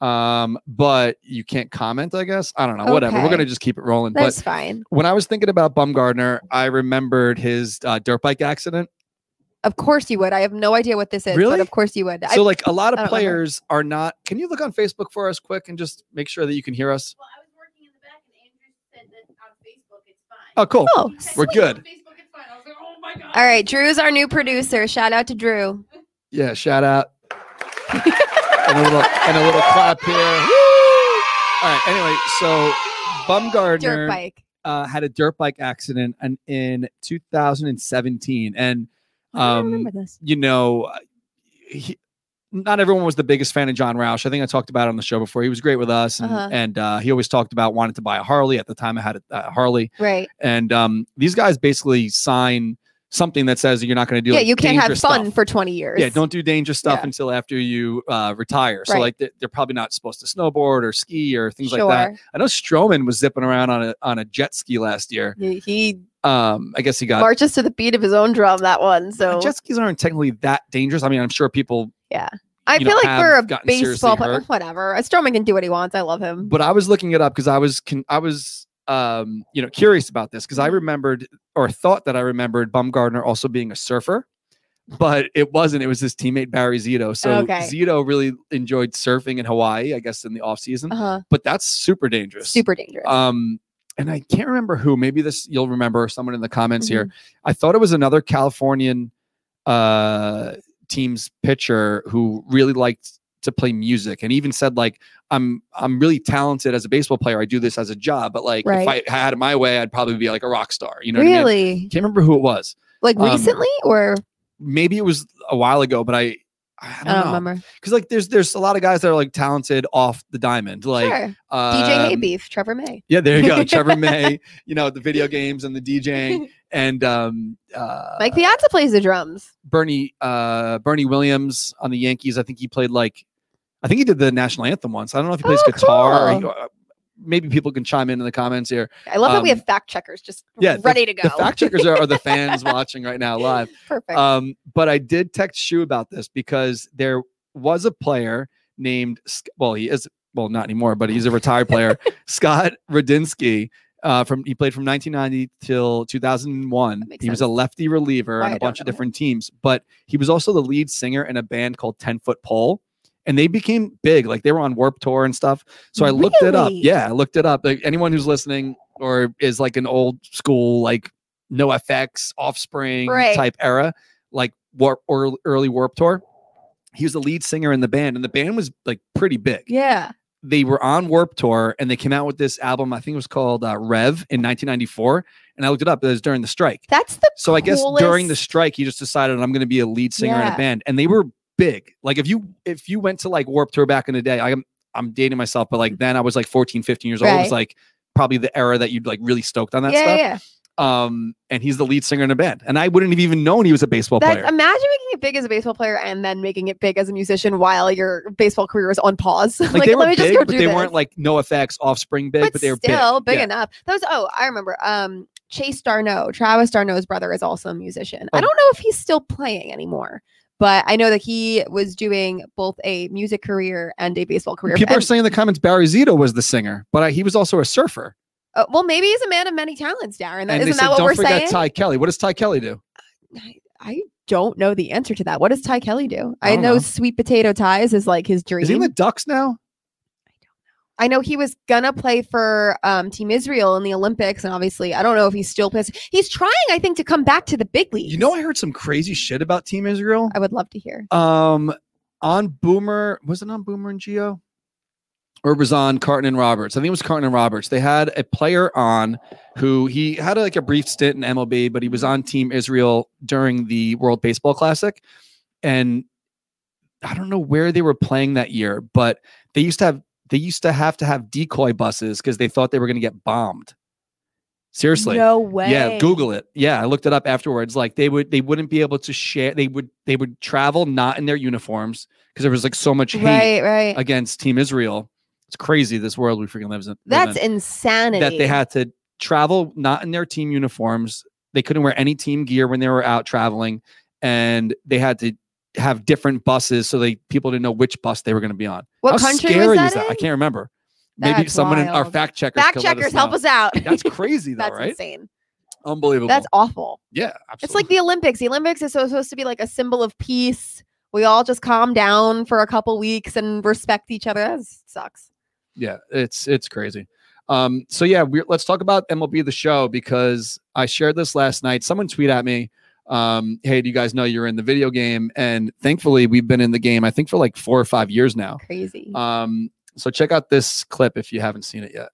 C: um, but you can't comment. I guess I don't know. Whatever. We're
D: Okay.
C: gonna just keep it rolling.
D: That's
C: but
D: fine.
C: when I was thinking about Bumgardner, I remembered his uh, dirt bike accident.
D: Of course you would. I have no idea what this is,
C: Really?
D: but of course you would. I-
C: So like a lot
D: I
C: of
D: don't remember.
C: players are not. Can you look on Facebook for us quick and just make sure that you can hear us?
E: Well, I was working in the back, and Andrew said that on Facebook it's fine.
C: Oh, cool.
D: oh,
E: He said,
C: we're
E: "Wait,
C: good."
E: On Facebook it's fine. I was like, oh my god.
D: All right, Drew's our new producer. Shout out to Drew.
C: Yeah. Shout out. and a little and a little clap here. All right. Anyway, so
D: Dirt
C: Bumgardner
D: bike.
C: uh, had a dirt bike accident in, in 2017, and
D: I don't
C: um,
D: remember this.
C: you know, uh, he, not everyone was the biggest fan of John Roush. I think I talked about it on the show before. He was great with us, and,
D: Uh-huh.
C: and uh, he always talked about wanting to buy a Harley. At the time, I had a, a Harley,
D: Right.
C: and um, these guys basically sign something that says you're not going to do.
D: yeah,
C: like,
D: you can't have
C: dangerous
D: fun
C: stuff.
D: for 20 years.
C: Yeah, don't do dangerous stuff
D: Yeah.
C: until after you uh, retire. So
D: Right.
C: like they- they're probably not supposed to snowboard or ski or things like that. I know Stroman was zipping around on a on a jet ski last year.
D: He, he
C: Um, I guess he got
D: marches to the beat of his own drum that one. So
C: jet skis aren't technically that dangerous. I mean, I'm sure people.
D: I
C: you know,
D: feel like for
C: have
D: a
C: gotten seriously
D: baseball player,
C: hurt.
D: whatever. A Stroman can do what he wants. I love him.
C: But I was looking it up because I was con- I was um you know curious about this because I
D: Mm-hmm.
C: remembered or thought that I remembered Bumgardner also being a surfer. But it wasn't. It was his teammate Barry Zito. So
D: Okay.
C: Zito really enjoyed surfing in Hawaii, I guess, in the off season.
D: uh-huh.
C: But that's super dangerous.
D: Super dangerous.
C: um and i can't remember who maybe this you'll remember someone in the comments here i thought it was another californian uh team's pitcher who really liked to play music and even said like i'm i'm really talented as a baseball player i do this as a job but like
D: Right.
C: if i had it my way i'd probably be like a rock star you know what I mean?
D: really?
C: can't remember who it was
D: Like
C: Um,
D: recently or
C: maybe it was a while ago but i i don't,
D: I don't
C: know
D: remember.
C: because like there's there's a lot of guys that are like talented off the diamond like
D: sure.
C: um,
D: DJ Haybeef, Trevor May.
C: yeah, there you go. Trevor May, you know, the video games and the DJing and um uh
D: Mike Piazza plays the drums.
C: Bernie uh Bernie Williams on the Yankees. I think he played like I think he did the national anthem once. I don't know if he plays
D: Oh,
C: guitar or he-
D: cool.
C: uh, maybe people can chime in in the comments here.
D: I love that we
C: Um,
D: have fact checkers just
C: yeah, the-
D: ready to go.
C: The fact checkers are, are the fans watching right now live.
D: Perfect.
C: Um but I did text Shu about this because there was a player named Sc- well, he is well, not anymore, but he's a retired player, Scott Radinsky. Uh, from he played from 1990 till 2001.
D: That makes
C: He was a
D: sense.
C: lefty reliever
D: Why I
C: on a
D: don't
C: bunch of
D: know that.
C: different teams, but he was also the lead singer in a band called Ten Foot Pole, and they became big. Like they were on Warp Tour and stuff. So I looked it up.
D: Really?
C: Yeah, I looked it up. Like anyone who's listening or is like an old school, like No FX, Offspring
D: Right.
C: type era, like Warp or early Warp Tour, He was the lead singer in the band, and the band was like pretty big.
D: Yeah.
C: They were on Warp Tour, and they came out with this album. I think it was called uh, Rev in 1994. And I looked it up. It was during the strike.
D: That's the
C: So I guess during the
D: coolest-
C: strike, he just decided I'm going to be a lead singer in
D: Yeah.
C: a band, and they were big. Like if you if you went to like Warp Tour back in the day, I'm I'm dating myself, but like then I was like 14, 15 years old. It was
D: Right.
C: like probably the era that you'd like really stoked on that
D: yeah,
C: stuff.
D: yeah.
C: Um, and he's the lead singer in a band, and I wouldn't have even known he was a baseball
D: That,
C: player.
D: imagine making it big as a baseball player and then making it big as a musician while your baseball career is on pause. like,
C: Like, they were
D: let me
C: big,
D: just go
C: but
D: do
C: they
D: this.
C: weren't like no effects, offspring big, but, they were
D: still big,
C: Yeah.
D: enough. That was oh, I remember. Um, Chase Darno, Travis Darno's brother, is also a musician.
C: Oh.
D: I don't know if he's still playing anymore, but I know that he was doing both a music career and a baseball career.
C: People are
D: And-
C: saying in the comments Barry Zito was the singer, but I, he was also a surfer.
D: uh, well, maybe he's a man of many talents, Darren.
C: and
D: That,
C: they
D: isn't
C: said,
D: that what
C: don't
D: we're
C: forget
D: saying?
C: Ty Kelly. What does Ty Kelly do?
D: I- I don't know the answer to that. What does Ty Kelly do?
C: I
D: I,
C: don't
D: know,
C: know.
D: sweet potato ties is like his dream.
C: Is he in the Ducks now?
D: I know he was gonna play for um, Team Israel in the Olympics, and obviously, I don't know if he's still pissed. He's trying, I think, to come back to the big league.
C: You know, I heard some crazy shit about Team Israel.
D: I would love to hear.
C: Um, on Boomer was it on Boomer and Geo, or it was on Carton and Roberts? I think it was Carton and Roberts. They had a player on who he had like a brief stint in MLB, but he was on Team Israel during the World Baseball Classic, and I don't know where they were playing that year, but they used to have they used to have to have decoy buses because they thought they were going to get bombed. Seriously,
D: No way.
C: yeah, Google it. Yeah, I looked it up afterwards. Like they would, they wouldn't be able to share. They would, they would travel not in their uniforms because there was like so much hate
D: Right, right.
C: against Team Israel. It's crazy this world we freaking lives in. live
D: That's
C: in,
D: insanity.
C: that they had to travel not in their team uniforms. They couldn't wear any team gear when they were out traveling, and they had to have different buses so they people didn't know which bus they were going to be on.
D: What
C: How
D: country
C: scary
D: was that?
C: is that? I
D: in?
C: can't remember. Maybe
D: That's
C: someone in our
D: wild.
C: fact checkers.
D: Fact
C: could let
D: checkers, help
C: know.
D: us out.
C: That's crazy, though,
D: That's
C: right?
D: insane.
C: Unbelievable.
D: That's awful.
C: yeah, absolutely.
D: It's like the Olympics. The Olympics is so supposed to be like a symbol of peace. We all just calm down for a couple weeks and respect each other. That sucks.
C: yeah it's it's crazy um so yeah we let's talk about mlb the show because i shared this last night someone tweet at me um hey do you guys know you're in the video game and thankfully we've been in the game i think for like four or five years now
D: Crazy.
C: um so check out this clip if you haven't seen it yet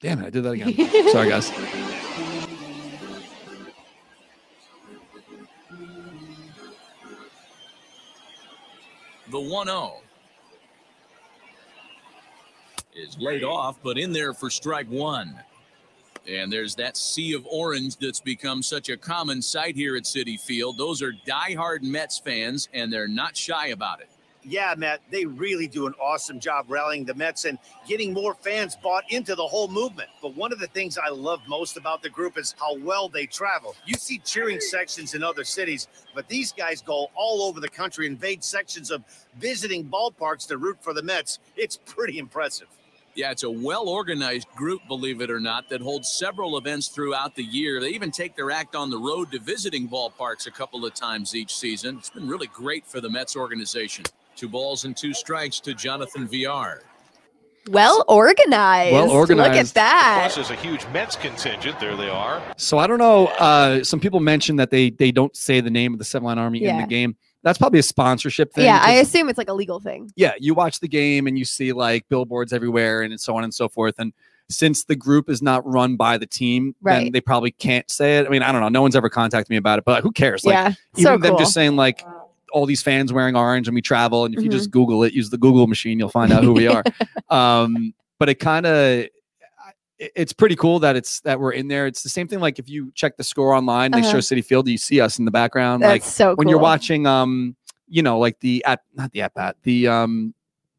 C: damn it i did that again sorry guys
F: The 1 0 is laid off, but in there for strike one. And there's that sea of orange that's become such a common sight here at City Field. Those are diehard Mets fans, and they're not shy about it.
G: yeah, Matt, they really do an awesome job rallying the Mets and getting more fans bought into the whole movement. But one of the things I love most about the group is how well they travel. You see cheering sections in other cities, but these guys go all over the country, invade sections of visiting ballparks to root for the Mets. It's pretty impressive.
F: Yeah, it's a well organized group, believe it or not, that holds several events throughout the year. They even take their act on the road to visiting ballparks a couple of times each season. It's been really great for the Mets organization. Two balls and two strikes to Jonathan VR.
D: well organized. Look at
C: organized.
D: that.
H: Plus, there's a huge Mets contingent. There they are.
C: So I don't know. Uh, some people mentioned that they they don't say the name of the Seven Line Army in
D: Yeah.
C: the game. That's probably a sponsorship thing.
D: Yeah, I
C: 'cause-
D: assume it's like a legal thing.
C: yeah. You watch the game and you see like billboards everywhere and so on and so forth. And since the group is not run by the team, then
D: Right.
C: they probably can't say it. I mean, I don't know. No one's ever contacted me about it, but who cares? Like
D: yeah.
C: even
D: So
C: them
D: cool.
C: just saying like all these fans wearing orange and we travel and if you just
D: Mm-hmm.
C: google it use the google machine you'll find out who we are um but it kind of it's pretty cool that it's that we're in there it's the same thing like if you check the score online they show
D: Uh-huh.
C: city field you see us in the background
D: That's
C: like
D: so cool.
C: when you're watching um you know like the at not the at bat the um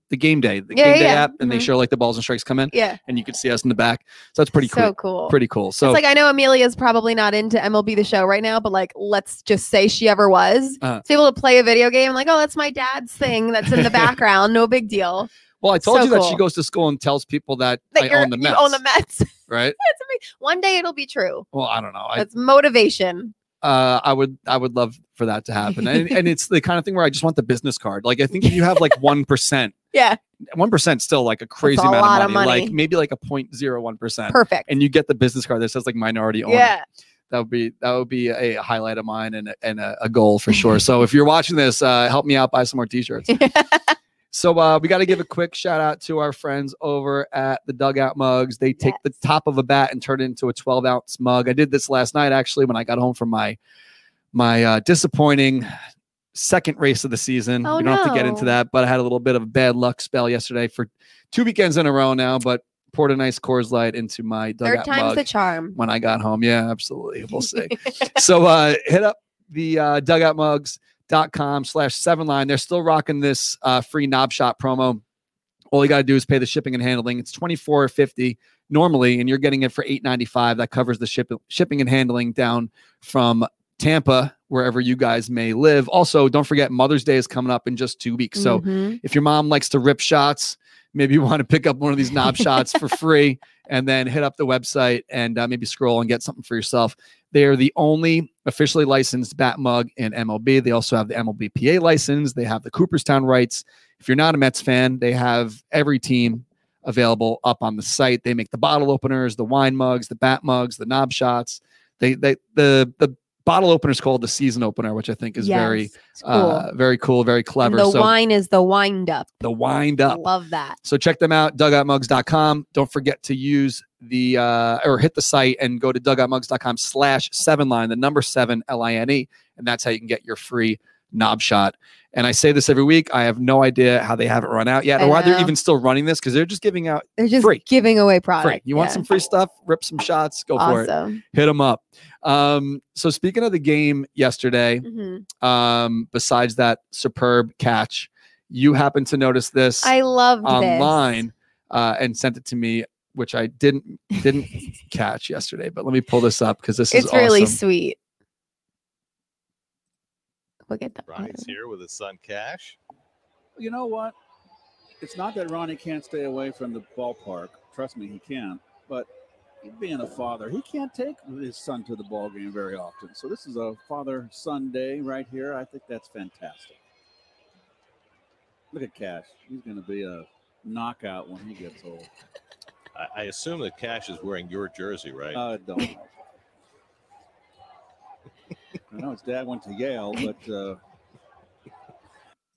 C: the game day the
D: Yeah,
C: game day
D: yeah, yeah.
C: app and they
D: Mhm.
C: show like the balls and strikes come in
D: Yeah.
C: and you can see us in the back so that's pretty cool
D: So cool.
C: pretty cool so
D: it's like I know Amelia's probably not into MLB the show right now, but like let's just say she ever was.
C: Uh-huh.
D: to be able to play a video game, like, oh, that's my dad's thing that's in the background. no big deal.
C: well i told
D: so
C: you that she
D: cool.
C: goes to school and tells people that,
D: That
C: i
D: you're,
C: own the mets
D: you own the Mets. That's
C: right
D: amazing. One day it'll be true.
C: well i don't know I,
D: That's motivation.
C: uh, I would I would love for that to happen. And, and it's the kind of thing where I just want the business card. Like I think if you have like one percent,
D: Yeah.
C: One percent still like a crazy
D: a
C: amount
D: lot
C: of
D: of
C: money,
D: money.
C: like maybe like a point zero one percent.
D: Perfect.
C: And you get the business card that says like minority owner.
D: yeah.
C: That would be that would be a highlight of mine and, a- and a, a goal for
D: Mm-hmm.
C: sure. so if you're watching this, uh, help me out buy some more t-shirts. So uh, we got to give a quick shout out to our friends over at the Dugout Mugs. They take the top of a bat and turn it into a 12 ounce mug. I did this last night actually when I got home from my my uh, disappointing second race of the season.
D: Oh,
C: we don't have to get into
D: no.
C: that, but I had a little bit of a bad luck spell yesterday for two weekends in a row now. But poured a nice Coors Light into my
D: Third
C: Dugout
D: time's
C: Mug
D: the charm.
C: when I got home. Yeah, absolutely. We'll see. so uh, hit up the uh, dugoutmugs.com slash seven line. They're still rocking this uh, free knob shot promo. All you got to do is pay the shipping and handling. It's twenty four fifty normally, and you're getting it for eight ninety five. That covers the ship, shipping and handling down from Tampa, wherever you guys may live. Also, don't forget Mother's Day is coming up in just two weeks. So
D: Mhm.
C: if your mom likes to rip shots, maybe you want to pick up one of these knob shots for free and then hit up the website and uh, maybe scroll and get something for yourself. They are the only officially licensed bat mug in MLB. They also have the MLBPA license, they have the Cooperstown rights. If you're not a Mets fan, they have every team available up on the site. They make the bottle openers, the wine mugs, the bat mugs, the knob shots. They, they the the bottle opener is called the season opener, which I think is very
D: Yes. It's cool.
C: uh, very cool, very
D: And
C: clever.
D: the
C: so
D: wine is the wind up.
C: the wind up.
D: Love that.
C: So check them out, dugoutmugs.com. Don't forget to use the uh, or hit the site and go to dugoutmugs.com slash seven line, the number seven L I N E, and that's how you can get your free knob shot. And I say this every week. I have no idea how they haven't run out yet,
D: I
C: or why they're
D: know.
C: even still running this because they're just giving out
D: They're just
C: Free.
D: giving away product.
C: free. You want
D: Yeah.
C: some free stuff? Rip some shots. Go for it.
D: Awesome.
C: Hit them up. Um, so speaking of the game yesterday,
D: Mhm.
C: um, besides that superb catch, you happen to notice this
D: I loved
C: online uh, and sent it to me, which I didn't
D: this.
C: didn't catch yesterday. But let me pull this up because this
D: it's
C: is
D: really
C: awesome.
D: sweet. Look at that.
H: Ryan's here with his son Cash.
I: you know what? It's not that Ronnie can't stay away from the ballpark. Trust me, he can. But being a father, he can't take his son to the ballgame very often. So this is a father-son day right here. I think that's fantastic. Look at Cash. He's going to be a knockout when he gets old.
H: I, I assume that Cash is wearing your jersey, right?
I: I don't know. I know his dad went to Yale, but uh,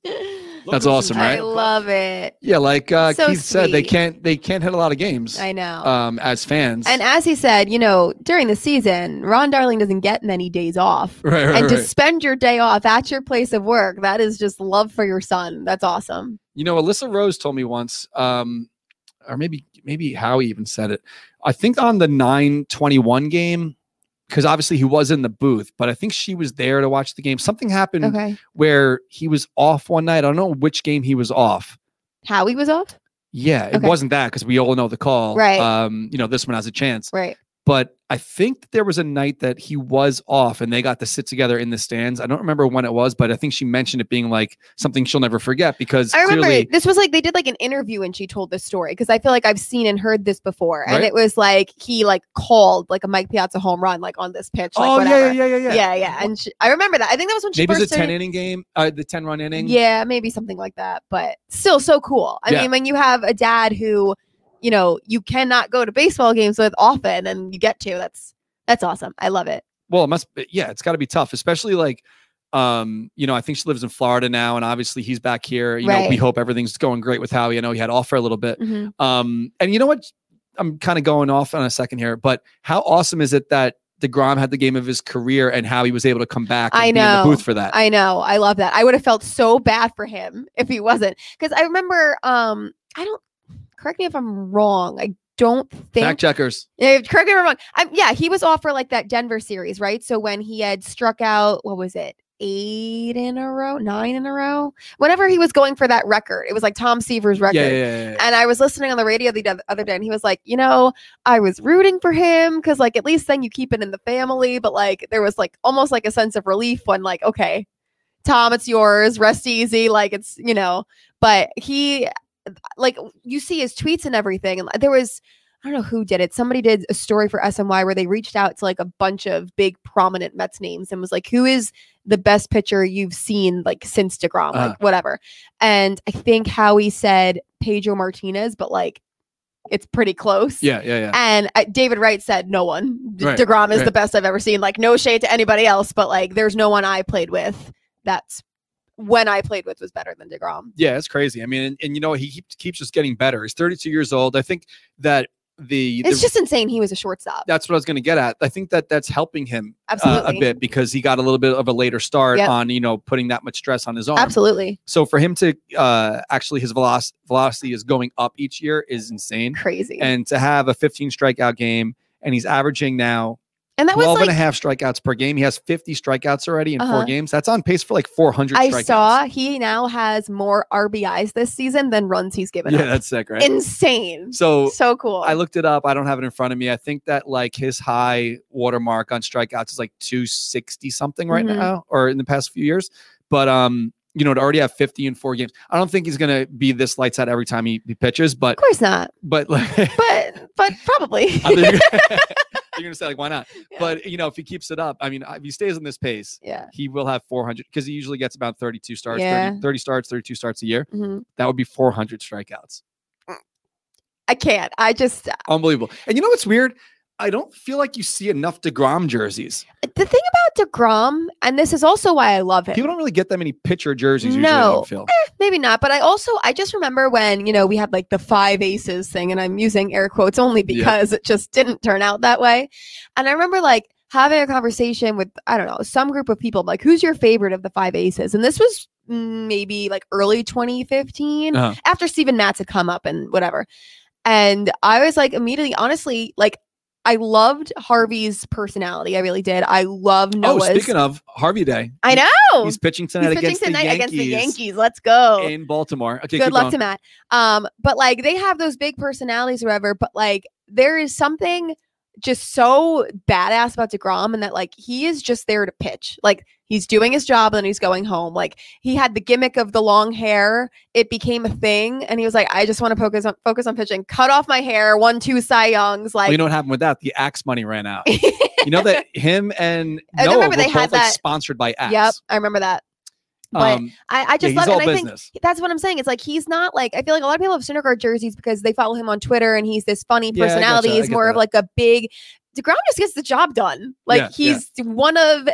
H: Look
C: That's
H: at
C: awesome,
H: Suzanne
C: right?
D: I
H: Puck.
D: love it.
C: Yeah, like uh,
D: So
C: Keith said, they
D: sweet.
C: can't they can't hit a lot of games
D: I know.
C: um, as fans.
D: and as he said, you know, during the season, Ron Darling doesn't get many days off.
C: right, right,
D: and
C: right.
D: to spend your day off at your place of work, that is just love for your son. That's awesome.
C: you know, Alyssa Rose told me once, um, or maybe maybe Howie even said it. I think on the nine twenty one game. Because obviously he was in the booth, but I think she was there to watch the game. Something happened
D: Okay.
C: where he was off one night. I don't know which game he was off,
D: Howie was off?
C: Yeah, it
D: Okay.
C: wasn't that because we all know the call.
D: Right.
C: Um, you know, this one has a chance.
D: Right.
C: But I think that there was a night that he was off and they got to sit together in the stands. I don't remember when it was, but I think she mentioned it being like something she'll never forget because
D: I remember
C: clearly
D: this was like they did like an interview and she told this story because I feel like I've seen and heard this before. And
C: Right.
D: it was like he like called like a Mike Piazza home run like on this pitch. Like
C: Oh
D: whatever.
C: yeah, yeah, yeah, yeah.
D: yeah, yeah. And she, I remember that. I think that was when she
C: Maybe it
D: first
C: was a
D: started-
C: ten inning game, uh, the ten run inning.
D: Yeah, maybe something like that. But still so cool. I
C: Yeah.
D: mean, when you have a dad who, you know, you cannot go to baseball games with often and you get to, that's that's awesome. I love it.
C: well it must be, yeah it's got to be tough especially like um you know i think she lives in florida now and obviously he's back here you know we
D: Right.
C: hope everything's going great with howie i know he had off for a little bit
D: Mhm.
C: um and you know what i'm kind of going off on a second here but how awesome is it that DeGrom had the game of his career and how he was able to come back and
D: I
C: be in the
D: know.
C: booth for that.
D: I know. I love that. I would have felt so bad for him if he wasn't. Because I remember um I don't correct me if I'm wrong. I don't
C: Fact
D: think
C: checkers.
D: Yeah, correct me if I'm wrong. Um, yeah, he was off for like that Denver series, right? So when he had struck out, what was it? Eight in a row, nine in a row. Whenever he was going for that record, it was like Tom Seaver's record.
C: Yeah, yeah, yeah, yeah, yeah.
D: And I was listening on the radio the d- other day, and he was like, you know, I was rooting for him because, like, at least then you keep it in the family. But like, there was like almost like a sense of relief when, like, okay, Tom, it's yours. Rest easy. Like, it's you know. But he, like, you see his tweets and everything, and like, there was. I don't know who did it. Somebody did a story for SMY where they reached out to like a bunch of big prominent Mets names and was like, who is the best pitcher you've seen like since DeGrom,
C: Uh-huh.
D: like whatever. And I think Howie said Pedro Martinez, but like it's pretty close.
C: Yeah, yeah, yeah.
D: And uh, David Wright said no one. D-
C: Right,
D: DeGrom is
C: right.
D: the best I've ever seen. Like no shade to anybody else, but like there's no one I played with that's when I played with was better than DeGrom.
C: Yeah, it's crazy. I mean, and, and you know, he keep, keeps just getting better. He's 32 years old. I think that the,
D: It's
C: the-
D: just insane he was a shortstop.
C: that's what I was going to get at. I think that that's helping him uh, a
D: Absolutely.
C: bit because he got a little bit of a later start
D: Yep.
C: on, you know, putting that much stress on his arm.
D: Absolutely.
C: So for him to uh, actually his veloc- velocity is going up each year is insane.
D: Crazy. And,
C: Um, And to have a 15 strikeout game and he's averaging now
D: that was
C: 12
D: like
C: and a half strikeouts per game. He has 50 strikeouts already in
D: Uh-huh.
C: four games. That's on pace for like 400
D: I
C: strikeouts.
D: saw he now has more RBIs this season than runs he's given
C: Yeah,
D: up.
C: that's sick, right?
D: Insane.
C: so
D: so cool.
C: I looked it up. I don't have it in front of me. I think that like his high watermark on strikeouts is like 260 something right
D: Mhm.
C: now or in the past few years. But um, you know, to already have 50 in four games. I don't think he's gonna be this lights out every time he, he pitches,
D: of
C: but
D: course not,
C: but like
D: but but probably.
C: I think you're gonna, you're gonna say like, why not?
D: Yeah.
C: But you know, if he keeps it up, I mean, if he stays on this pace,
D: yeah.
C: he will have 400 because he usually gets about 32 starts,
D: Yeah.
C: 30, 30 starts, 32 starts a year.
D: Mhm.
C: That would be 400 strikeouts.
D: I can't. I just uh,
C: Unbelievable. And you know what's weird? I don't feel like you see enough Degrom jerseys.
D: the thing about Degrom, and this is also why I love him.
C: People don't really get that many pitcher jerseys. Usually, I
D: No.
C: don't feel.
D: Maybe not, but I also I just remember when you know we had like the five aces thing, and I'm using air quotes only
C: Yeah.
D: because it just didn't turn out that way. And I remember like having a conversation with I don't know some group of people like who's your favorite of the five aces, and this was mm, maybe like early 2015
C: Uh-huh.
D: after Steven Matz had come up and whatever. And I was like immediately, honestly, like I loved Harvey's personality. I really did. I love
C: Oh,
D: Noah's.
C: speaking of Harvey Day,
D: I know.
C: he's pitching
D: He's
C: tonight, against,
D: pitching
C: the
D: tonight
C: Yankees
D: against the Yankees. Let's go
C: in Baltimore. Okay,
D: good
C: keep
D: luck
C: going.
D: to Matt. Um, but like they have those big personalities or whatever, but like there is something just so badass about DeGrom and that like he is just there to pitch. Like he's doing his job and he's going home. Like he had the gimmick of the long hair. It became a thing and he was like, I just want to focus on focus on pitching. Cut off my hair, one, two Cy Youngs,
C: Well,
D: like
C: you know what happened with that? The Axe money ran out. you know that him and
D: I
C: Noah
D: remember
C: were
D: they
C: both
D: had
C: like
D: that-
C: sponsored by Axe.
D: Yep, I remember that. But
C: Um,
D: I, I
C: yeah,
D: just
C: he's
D: love
C: all
D: it. And I think
C: business.
D: that's what I'm saying. It's like he's not like I feel like a lot of people have Syndergaard jerseys because they follow him on Twitter and he's this funny
C: Yeah, I gotcha,
D: personality.
C: I
D: he's
C: get
D: more of
C: that.
D: like a big DeGrom just gets the job done. Like
C: Yeah, yeah.
D: he's one of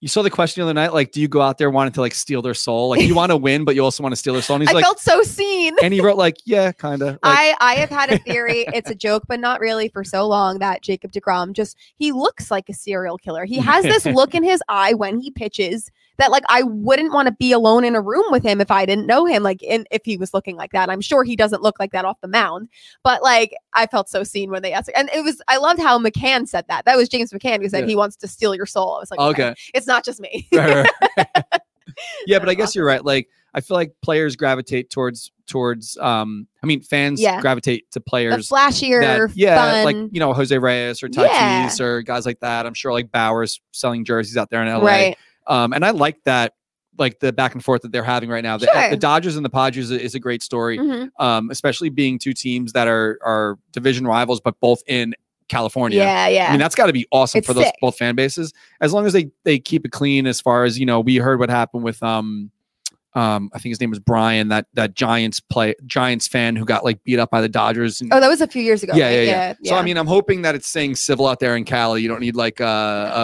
C: You saw the question the other night, like, do you go out there wanting to like steal their soul? Like, you want to win, but you also want to steal their soul. And he's
D: I
C: like,
D: felt so seen.
C: and he wrote like, yeah, kind of. Like,
D: I, I have had a theory, it's a joke, but not really for so long that Jacob deGrom just he looks like a serial killer. He has this look in his eye when he pitches that like I wouldn't want to be alone in a room with him if I didn't know him, like in if he was looking like that. I'm sure he doesn't look like that off the mound. But like I felt so seen when they asked and it was I loved how McCann said that. That was James McCann who said
C: Yeah.
D: he wants to steal your soul. I was like, okay,
C: okay.
D: it's not just me.
C: Right, right, right. yeah, but I
D: That's
C: guess you're right. Like, I feel like players gravitate towards, towards, um, I mean, fans
D: Yeah.
C: gravitate to
D: the
C: players.
D: flashier,
C: that- yeah,
D: fun.
C: like you know Jose Reyes or
D: Yeah.
C: Tatis or guys like that. I'm sure like Bowers selling jerseys out there in LA.
D: right.
C: Um, and I like that, like the back and forth that they're having right now. The,
D: Sure.
C: the Dodgers and the Padres is a great story,
D: Mhm.
C: um, especially being two teams that are are division rivals, but both in California.
D: Yeah, yeah.
C: I mean, that's got to be awesome
D: It's
C: for those
D: sick.
C: both fan bases. As long as they they keep it clean, as far as you know, we heard what happened with um, um, I think his name was Brian, that that Giants play Giants fan who got like beat up by the Dodgers. And,
D: oh, that was a few years ago.
C: yeah,
D: right?
C: yeah, yeah, So
D: yeah.
C: I mean, I'm hoping that it's staying civil out there in Cali. You don't need like uh,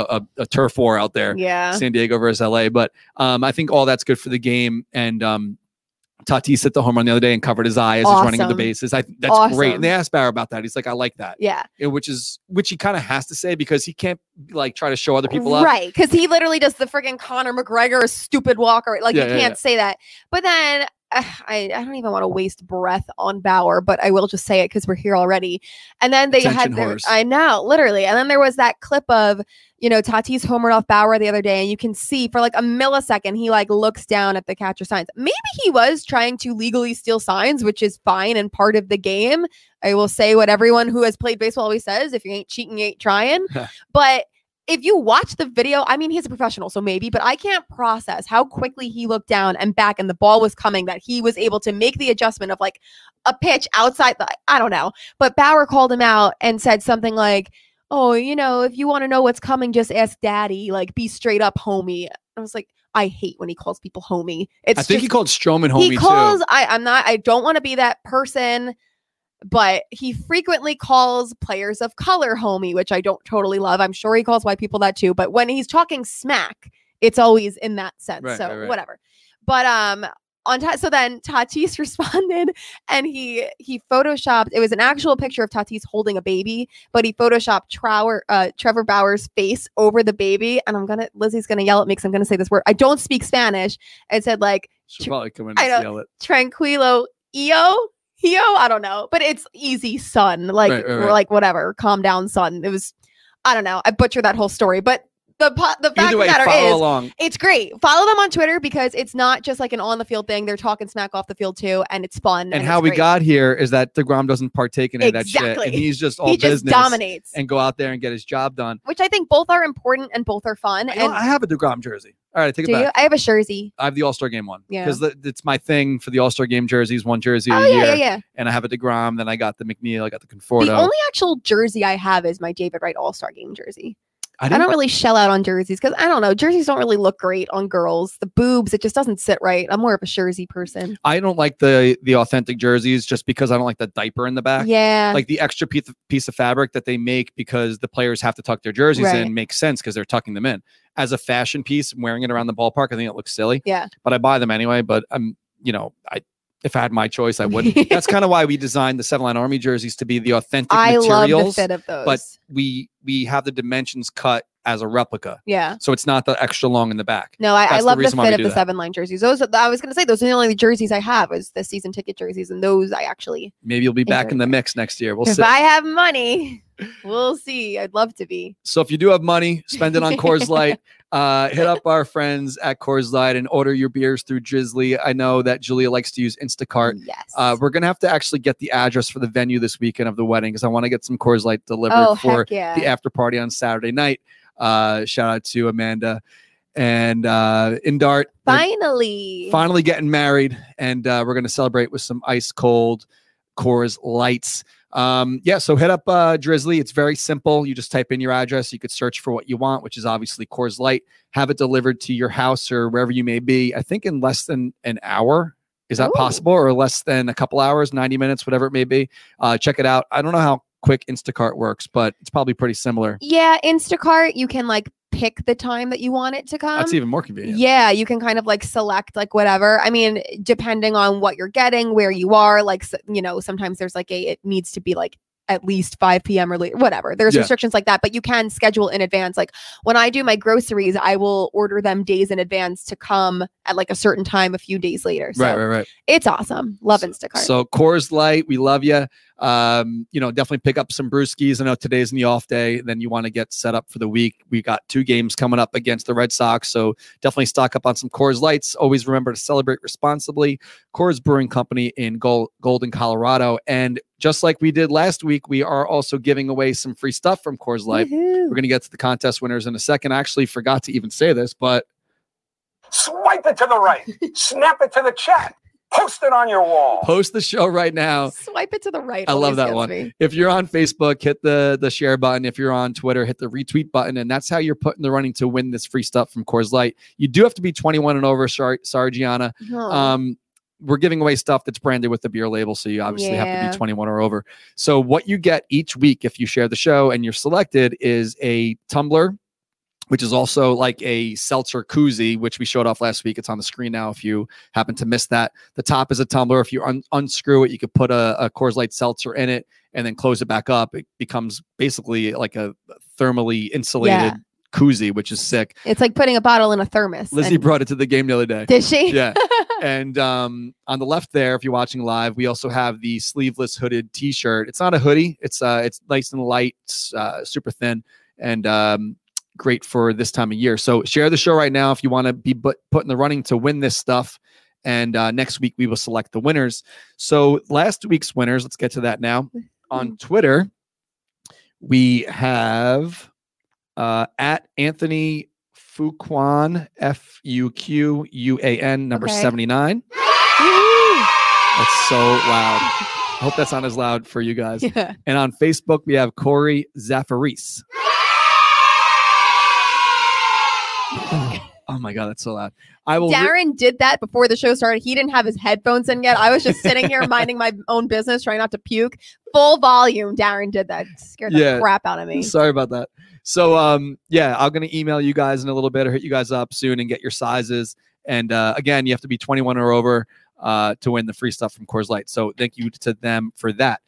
C: a, a a turf war out there.
D: Yeah.
C: San Diego versus LA. But um, I think all that's good for the game. And um, Tatis hit the home run the other day and covered his eye as he's running into
D: Awesome.
C: bases. I that's great.
D: Awesome.
C: And they asked Bauer about that. He's like, I like that,
D: Yeah.
C: And which is which he kind of has to say because he can't like try to show other people up.
D: Right. Because he literally does the freaking Conor McGregor stupid walk. Or, like,
C: Yeah,
D: you
C: yeah,
D: can't say that. But then uh, I, I don't even want to waste breath on Bauer, but I will just say it because we're here already. And then they
C: Attention
D: had, their,
C: whores.
D: I know, literally. And then there was that clip of, you know, Tatis homered off Bauer the other day. And you can see for like a millisecond, he like looks down at the catcher signs. Maybe he was trying to legally steal signs, which is fine and part of the game. I will say what everyone who has played baseball always says if you ain't cheating, you ain't trying. but if you watch the video, I mean, he's a professional, so maybe, but I can't process how quickly he looked down and back and the ball was coming that he was able to make the adjustment of like a pitch outside the, I don't know. But Bauer called him out and said something like, oh, you know, if you want to know what's coming, just ask daddy, like be straight up homie. I was like, I hate when he calls people homie. It's
C: I think
D: just,
C: he called Strowman homie
D: he calls
C: too.
D: I, i'm not i don't want to be that person but he frequently calls players of color homie which i don't totally love i'm sure he calls white people that too but when he's talking smack it's always in that sense
C: Right,
D: so
C: right, right.
D: whatever but um on ta- so then tatis responded and he he photoshopped it was an actual picture of tatis holding a baby but he photoshopped Trower, uh, trevor bauer's face over the baby and i'm gonna lizzie's gonna yell at me because i'm gonna say this word i don't speak spanish and said like
C: Should probably come in
D: I
C: and
D: don't-
C: yell it.
D: tranquilo io io i don't know but it's easy son like
C: Right, right,
D: or
C: right.
D: like whatever calm down son it was i don't know i butchered that whole story but the po- the fact
C: Either
D: of the
C: way,
D: matter
C: follow
D: is
C: along.
D: it's great follow them on twitter because it's not just like an on the field thing they're talking smack off the field too and it's fun and,
C: And
D: it's
C: how we
D: great.
C: got here is that Degrom doesn't partake in any of that shit, and
D: Exactly.
C: he's just all
D: he just
C: business
D: dominates
C: and go out there and get his job done.
D: which i think both are important and both are fun
C: You know,
D: and
C: I have a Degrom jersey. All right, I take
D: do
C: it back.
D: you i have a jersey
C: I have the All Star Game one
D: Yeah.
C: because it's my thing for the All Star Game jerseys. One jersey
D: oh
C: a
D: yeah
C: year,
D: yeah yeah
C: and I have a Degrom. Then I got the McNeil. I got the
D: the
C: Conforto.
D: only actual jersey i have is my david wright all-star game jersey
C: I,
D: I
C: didn't,
D: don't really shell out on jerseys because I don't know. Jerseys don't really look great on girls. The boobs, it just doesn't sit right. I'm more of a jersey person.
C: I don't like the the authentic jerseys just because I don't like the diaper in the back.
D: Yeah.
C: Like the extra piece of, piece of fabric that they make because the players have to tuck their jerseys
D: Right.
C: in makes sense because they're tucking them in. As a fashion piece, wearing it around the ballpark, I think it looks silly.
D: Yeah.
C: But I buy them anyway. But I'm, you know, I if I had my choice, I wouldn't. That's kind of why we designed the Seven Line Army jerseys to be the authentic
D: I love
C: materials.
D: the fit of those.
C: we we have the dimensions cut as a replica.
D: yeah.
C: So it's not the extra long in the back.
D: No, I, I
C: that's the
D: love the,
C: reason why we
D: fit of
C: do
D: the
C: that.
D: seven line jerseys. Those are, I was gonna say those are the only jerseys I have is the season ticket jerseys, and those I actually
C: Maybe you'll be back in
D: Enjoy
C: the mix next year. We'll
D: if
C: see.
D: I have money, we'll see. I'd love to be.
C: So if you do have money, spend it on Coors Light. uh, hit up our friends at Coors Light and order your beers through Drizzly. I know that Julia likes to use Instacart.
D: Yes.
C: Uh, we're gonna have to actually get the address for the venue this weekend of the wedding because I want to get some Coors Light delivered
D: oh
C: for
D: heck yeah.
C: the after party on Saturday night. Uh, shout out to Amanda and uh, Indart. They're
D: Finally.
C: finally getting married, and uh, we're going to celebrate with some ice cold Coors Lights. Um, yeah, so hit up uh, Drizzly. It's very simple. You just type in your address. You could search for what you want, which is obviously Coors Light. Have it delivered to your house or wherever you may be. I think in less than an hour. Is that
D: Ooh.
C: possible? Or less than a couple hours, 90 minutes, whatever it may be. Uh, check it out. I don't know how quick Instacart works, but it's probably pretty similar.
D: yeah, Instacart. You can like pick the time that you want it to come.
C: That's even more convenient.
D: Um, Yeah, you can kind of like select like whatever. I mean, depending on what you're getting, where you are, like s- you know, sometimes there's like a it needs to be like at least 5 p.m. or later, whatever. There's
C: Yeah.
D: restrictions like that, but you can schedule in advance. Like when I do my groceries, I will order them days in advance to come at like a certain time a few days later. So
C: Right, right, right.
D: it's awesome. Love Instacart.
C: So Coors Light, we love you. Um, you know, definitely pick up some brewskis. I know today's in the off day. Then you want to get set up for the week. We got two games coming up against the Red Sox, so definitely stock up on some Coors Lights. Always remember to celebrate responsibly. Coors Brewing Company in Gol- Golden, Colorado, and just like we did last week, we are also giving away some free stuff from Coors Light.
D: Woohoo.
C: We're gonna get to the contest winners in a second. I actually forgot to even say this, but
J: Swipe it to the right. Snap it to the chat. Post it on your wall.
C: post the show right now.
D: Swipe it to the right.
C: I love
D: always
C: that
D: gets
C: one.
D: me.
C: if you're on Facebook, hit the the share button. If you're on Twitter, hit the retweet button, and that's how you're put in the running to win this free stuff from Coors Light. You do have to be 21 and over, sorry, sorry Gianna.
D: Huh.
C: Um, we're giving away stuff that's branded with the beer label, so you obviously have to
D: Yeah.
C: be 21 or over. So what you get each week if you share the show and you're selected is a tumbler. Which is also like a seltzer koozie, which we showed off last week. It's on the screen now. If you happen to miss that, the top is a tumbler. If you un- unscrew it, you could put a, a Coors Light seltzer in it and then close it back up. It becomes basically like a thermally insulated koozie, which is sick.
D: it's like putting a bottle in a thermos.
C: Lizzie
D: and-
C: brought it to the game the other day.
D: Did she?
C: Yeah. and um, on the left there, if you're watching live, we also have the sleeveless hooded T-shirt. It's not a hoodie. It's uh, it's nice and light, s- uh, super thin, and um, great for this time of year. So share the show right now if you want to be put, put in the running to win this stuff. And uh, next week we will select the winners. So last week's winners, let's
D: Mm-hmm.
C: get to that now. On Twitter, we have uh, at Anthony Fuquan, F U Q U A N, number
D: Okay.
C: 79. That's so loud. I hope that's not as loud for you guys.
D: Yeah.
C: And on Facebook, we have Corey Zafaris. oh my God, that's so loud. I will. re-
D: Darren did that before the show started. He didn't have his headphones in yet. I was just sitting here minding my own business, trying not to puke. Full volume. Darren did that. Scared the
C: Yeah.
D: crap out of me.
C: Sorry about that. So um yeah, I'm gonna email you guys in a little bit or hit you guys up soon and get your sizes. And uh, again, you have to be 21 or over uh, to win the free stuff from Coors Light. So thank you to them for that.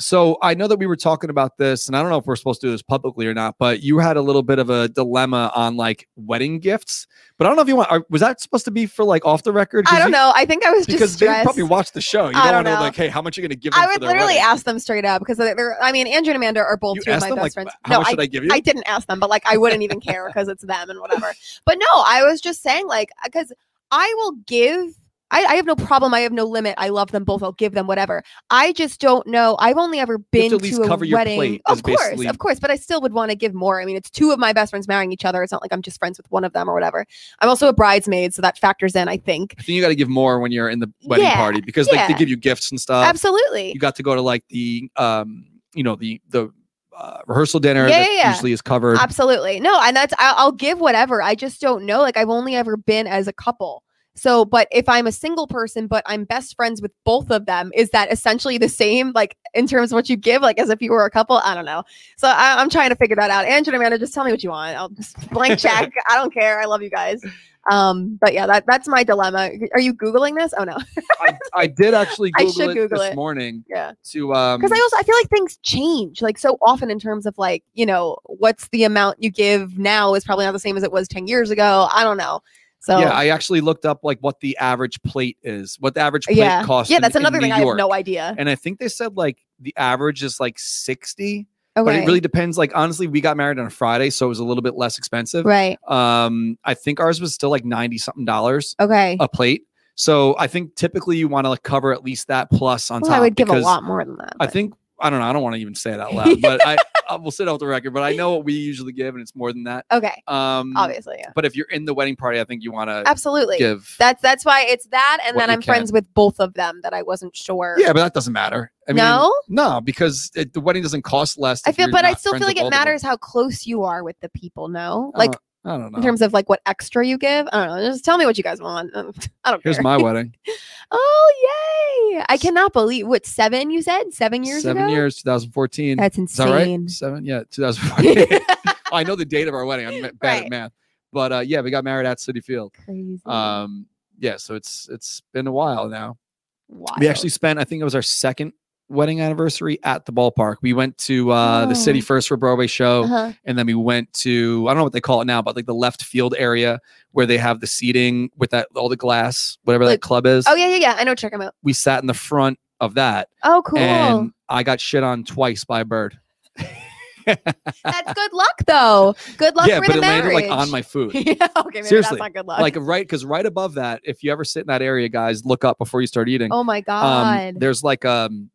C: So I know that we were talking about this, and I don't know if we're supposed to do this publicly or not, but you had a little bit of a dilemma on like wedding gifts. But I don't know if you want. Are, was that supposed to be for like off the record? 'Cause
D: I don't
C: you-
D: know. I think I was just
C: Because they
D: stressed.
C: probably watch the show. You
D: I
C: don't,
D: don't
C: want to
D: know.
C: like, hey, how much are you going to give them?
D: I
C: for
D: would
C: their
D: literally
C: wedding?
D: ask them straight up because they're, they're- I mean, Andrew and Amanda are both
C: You
D: two of
C: asked
D: my
C: them,
D: best
C: like,
D: friends.
C: how much should I give you?
D: I didn't ask them, but like I wouldn't even care because it's them and whatever. But no, I was just saying like because I will give. I, I have no problem. I have no limit. I love them both. I'll give them whatever. I just don't know. I've only ever
C: You
D: been
C: have to at least
D: a
C: cover your
D: wedding.
C: plate is
D: of course,
C: basically-
D: of course, but I still would want to give more. I mean, it's two of my best friends marrying each other. It's not like I'm just friends with one of them or whatever. I'm also a bridesmaid, so that factors in. I think
C: I think you got to give more when you're in the wedding
D: Yeah,
C: party because like they
D: yeah.
C: give you gifts and stuff.
D: absolutely.
C: You got to go to like the um, you know, the the uh, rehearsal dinner
D: Yeah,
C: that
D: yeah, yeah.
C: usually is covered.
D: Absolutely. No, and that's I- I'll give whatever. I just don't know. Like I've only ever been as a couple. So, but if I'm a single person, but I'm best friends with both of them, is that essentially the same? Like in terms of what you give, like as if you were a couple. I don't know. So I, I'm trying to figure that out. Andrew and Amanda, just tell me what you want. I'll just blank check. I don't care. I love you guys. Um, but yeah, that that's my dilemma. Are you googling this? Oh no.
C: I, I did actually
D: I
C: Google
D: should
C: it
D: Google
C: this
D: it.
C: morning
D: Yeah.
C: to um
D: because I also I feel like things change like so often in terms of like you know what's the amount you give now is probably not the same as it was ten years ago. I don't know. So uh,
C: yeah, I actually looked up like what the average plate is, what the average plate
D: yeah,
C: costs.
D: yeah,
C: in-
D: that's
C: in
D: another
C: New
D: thing I have
C: York.
D: no idea.
C: And I think they said like the average is like sixty,
D: Okay.
C: but it really depends. Like honestly, we got married on a Friday, so it was a little bit less expensive.
D: right.
C: Um, I think ours was still like ninety something dollars.
D: Okay.
C: a plate. So I think typically you want to like cover at least that plus on
D: Well,
C: top.
D: I would give a
C: because
D: lot more than that.
C: I
D: but-
C: think I don't know. I don't want to even say it out loud, but I, I will sit off the record. But I know what we usually give, and it's more than that.
D: okay.
C: Um,
D: Obviously, yeah.
C: But if you're in the wedding party, I think you want to
D: Absolutely.
C: give.
D: That's that's why it's that, and
C: what
D: then
C: you
D: I'm friends with both of them that I wasn't sure.
C: yeah, but that doesn't matter. I mean,
D: no,
C: no, because it, the wedding doesn't cost less.
D: I
C: if
D: feel,
C: you're
D: but I
C: not
D: still
C: friends
D: feel like
C: with all
D: it
C: of them.
D: matters how close you are with the people. No, like
C: I don't know.
D: in terms of like what extra you give. I don't know. Just tell me what you guys want. I don't
C: Here's
D: care.
C: my wedding.
D: Oh yay! I cannot believe what seven you said seven years
C: Seven
D: ago.
C: years, 2014.
D: That's
C: Is that right?
D: insane.
C: Seven, yeah, 2014. I know the date of our wedding. I'm bad at
D: Right. Mm-hmm.
C: math, but uh, yeah, we got married at City Field.
D: Crazy.
C: um yeah so it's it's been a while now
D: Wild.
C: we actually spent i think it was our second wedding anniversary at the ballpark we went to uh the city
D: Oh.
C: first for a broadway show
D: Uh-huh.
C: and then we went to i don't know what they call it now but like the left field area where they have the seating with that all the glass whatever
D: Like-
C: that club is
D: Oh yeah, yeah, yeah. I know. Check them out.
C: we sat in the front of that
D: Oh cool.
C: and i got shit on twice by a bird
D: That's good luck though. Good luck
C: yeah
D: for
C: but
D: the
C: it
D: marriage.
C: landed like on my food
D: yeah. Okay. Maybe
C: Seriously,
D: That's not good luck.
C: like right because right above that if you ever sit in that area guys look up before you start eating
D: oh my
C: um
D: god.
C: there's like um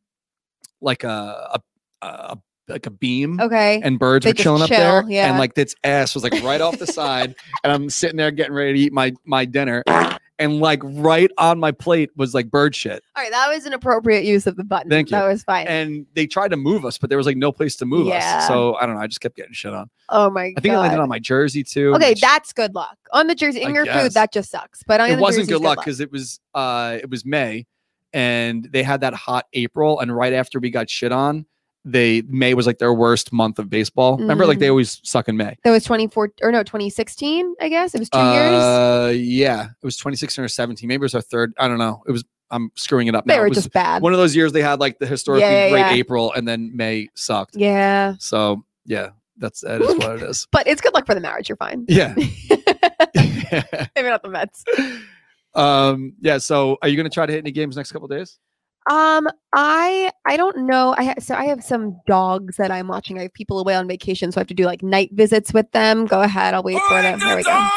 C: like a a, a like a beam
D: okay.
C: and birds
D: They
C: were
D: just
C: chilling up there
D: chill, yeah.
C: and like its ass was like right off the side and i'm sitting there getting ready to eat my my dinner and like right on my plate was like bird shit
D: All right. That was an appropriate use of the button.
C: Thank you.
D: That was fine.
C: and they tried to move us but there was like no place to move us
D: Yeah.
C: so i don't know i just kept getting shit on
D: oh my god.
C: i think i landed on my jersey too
D: okay,
C: which-
D: that's good luck on the jersey. In
C: I
D: your
C: guess.
D: food, that just sucks. But on
C: it
D: the
C: wasn't
D: jersey's
C: good luck because it was uh it was May and they had that hot April and right after we got shit on they May was like their worst month of baseball. Remember like they
D: Mm.
C: always suck in May.
D: that was 24 or no 2016. I guess it was two years.
C: Uh yeah, it was 2016 or 17. Maybe it was our third. I don't know. It was I'm screwing it up
D: They
C: now.
D: were
C: It was
D: just bad.
C: one of those years they had like the historically
D: yeah,
C: great
D: yeah.
C: April and then May sucked.
D: Yeah.
C: So, yeah, that's that is what it is.
D: But it's good luck for the marriage. You're fine.
C: Yeah.
D: Maybe not the Mets.
C: um yeah, so are you going to try to hit any games next couple days?
D: Um, I I don't know. I ha- so I have some dogs that I'm watching. I have people away on vacation, so I have to do like night visits with them. Go ahead, I'll wait for them. There we go.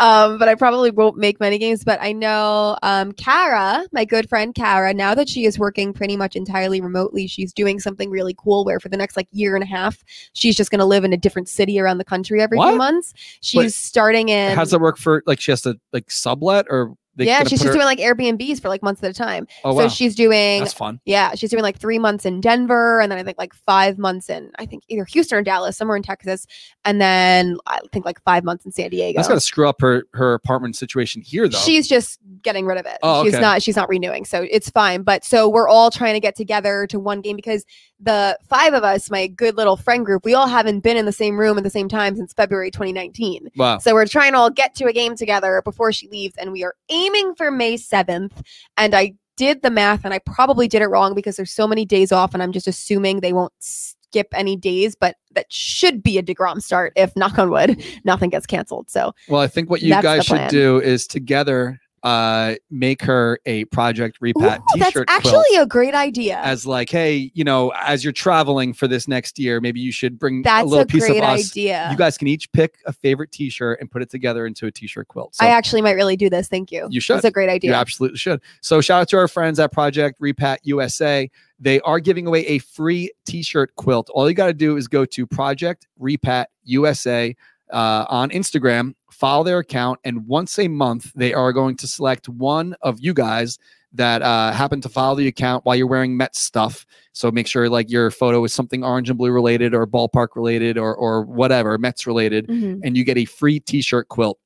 D: Um, but I probably won't make many games. But I know um, Kara, my good friend Kara, now that she is working pretty much entirely remotely, she's doing something really cool where for the next like year and a half, she's just going to live in a different city around the country every
C: What?
D: few months. She's starting in.
C: How's that work for like she has to like sublet or they
D: yeah,
C: gonna
D: she's
C: put
D: just
C: her-
D: doing like Airbnbs for like months at a time.
C: Oh,
D: so
C: wow.
D: she's doing
C: That's fun.
D: Yeah, she's doing like three months in Denver, and then I think like five months in I think either Houston or Dallas, somewhere in Texas, and then I think like five months in San Diego.
C: That's got to screw up her her apartment situation here though.
D: She's just getting rid of it.
C: Oh,
D: she's
C: okay.
D: not she's not renewing. So it's fine. But so we're all trying to get together to one game because the five of us, my good little friend group, we all haven't been in the same room at the same time since February 2019.
C: Oh.
K: Wow.
D: So we're trying to all get to a game together before she leaves and we are aiming for May 7th and I did the math and I probably did it wrong because there's so many days off and I'm just assuming they won't skip any days, but that should be a DeGrom start if knock on wood, nothing gets canceled. So
C: Well, I think what you
D: That's the
C: guys should
D: plan.
C: do is together uh make her a Project Repat
D: Ooh, that's
C: t-shirt
D: actually
C: quilt
D: a great idea.
C: as like, hey, you know, as you're traveling for this next year, maybe you should bring
D: That's
C: a little
D: a
C: piece
D: great
C: of us.
D: idea.
C: You guys can each pick a favorite t-shirt and put it together into a t-shirt quilt. So
D: I actually might really do this. Thank you.
C: you should.
D: That's a great idea.
C: You absolutely should. So shout out to our friends at Project Repat USA. They are giving away a free t-shirt quilt. All you got to do is go to Project Repat USA uh, on Instagram, follow their account, and once a month they are going to select one of you guys that uh, happen to follow the account while you're wearing Met stuff. So make sure like your photo is something orange and blue related or ballpark related or or whatever Mets related,
D: Mm-hmm.
L: Mhm.
C: and you get a free t-shirt quilt.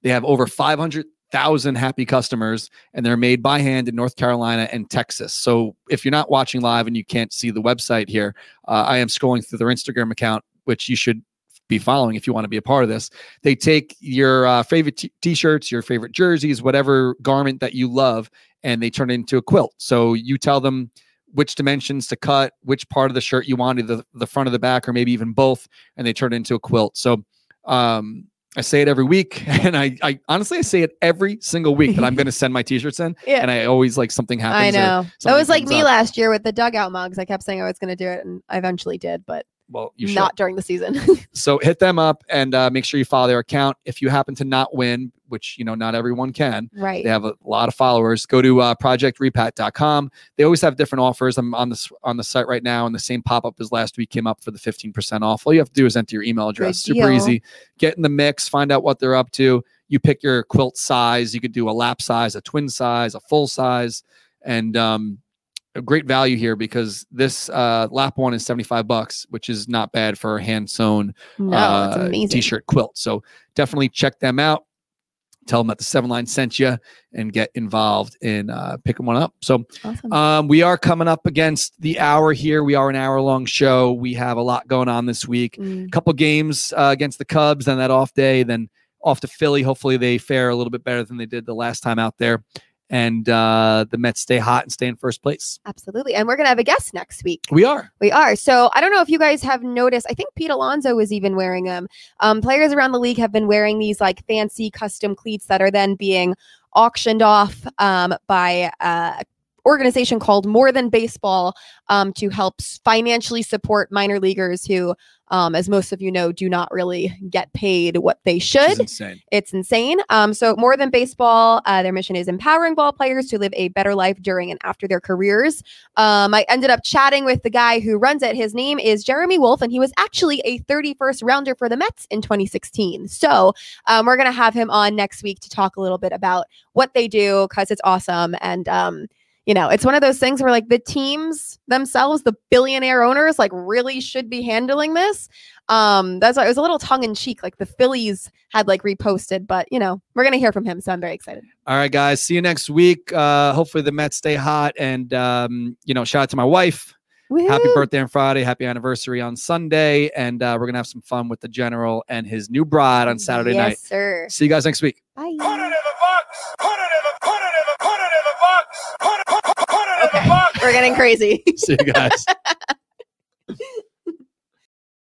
C: They have over 500,000 happy customers, and they're made by hand in North Carolina and Texas. So if you're not watching live and you can't see the website here, uh, I am scrolling through their Instagram account, which you should be following if you want to be a part of this. They take your uh, favorite t- t-shirts, your favorite jerseys, whatever garment that you love, and they turn it into a quilt. So you tell them which dimensions to cut, which part of the shirt you want, either the front or the back, or maybe even both, and they turn it into a quilt. So um, I say it every week, and I, I honestly I say it every single week that I'm going to send my t-shirts in,
D: Yeah.
C: and I always like something happens.
D: I
C: or
D: know. That
C: something
D: was like
C: comes
D: me
C: up.
D: last year with the dugout mugs. I kept saying I was going to do it, and I eventually did, but
C: Well, you should.
D: not during the season.
C: So hit them up and uh, make sure you follow their account. If you happen to not win, which you know not everyone can,
D: Right.
C: They have a lot of followers. Go to uh, projectrepat.com. They always have different offers. I'm on this on the site right now, and the same pop up as last week came up for the 15% off. All you have to do is enter your email address.
L: Good
C: Super
L: deal.
C: easy. Get in the mix. Find out what they're up to. You pick your quilt size. You could do a lap size, a twin size, a full size, and um, a great value here because this uh, lap one is 75 bucks, which is not bad for a hand sewn
L: No, it's
C: uh,
L: amazing.
C: t-shirt quilt. So definitely check them out. Tell them that the seven line sent you and get involved in uh, picking one up. So
D: Awesome.
C: um, we are coming up against the hour here. We are an hour long show. We have a lot going on this week.
D: Mm.
C: A couple games uh, against the Cubs, then that off day, then off to Philly. Hopefully they fare a little bit better than they did the last time out there. And uh, the Mets stay hot and stay in first place.
D: Absolutely. And we're going to have a guest next week.
C: We are.
D: We are. So I don't know if you guys have noticed. I think Pete Alonso is even wearing them. Um, players around the league have been wearing these like fancy custom cleats that are then being auctioned off um, by uh, a organization called More Than Baseball um, to help s- financially support minor leaguers who, um, as most of you know, do not really get paid what they should.
C: insane.
D: It's insane. Um, so more than baseball, uh, their mission is empowering ball players to live a better life during and after their careers. Um, I ended up chatting with the guy who runs it. His name is Jeremy Wolf, and he was actually a 31st rounder for the Mets in 2016. So um, we're gonna have him on next week to talk a little bit about what they do because it's awesome and. Um, you know, it's one of those things where like the teams themselves, the billionaire owners, like really should be handling this. Um, that's why it was a little tongue in cheek. Like the Phillies had like reposted, but you know, we're gonna hear from him, so I'm very excited.
C: All right, guys. See you next week. Uh, hopefully the Mets stay hot. And um, you know, shout out to my wife. Happy
D: Woohoo.
C: birthday on Friday. Happy anniversary on Sunday. And uh, we're gonna have some fun with the general and his new bride on Saturday
D: yes,
C: night.
D: sir.
C: See you guys next week.
D: Bye.
J: Put it in the box. Put it in the. Put it in the. Put it in the box. Put it. Put, put it in the box.
D: We're getting crazy.
C: See you guys.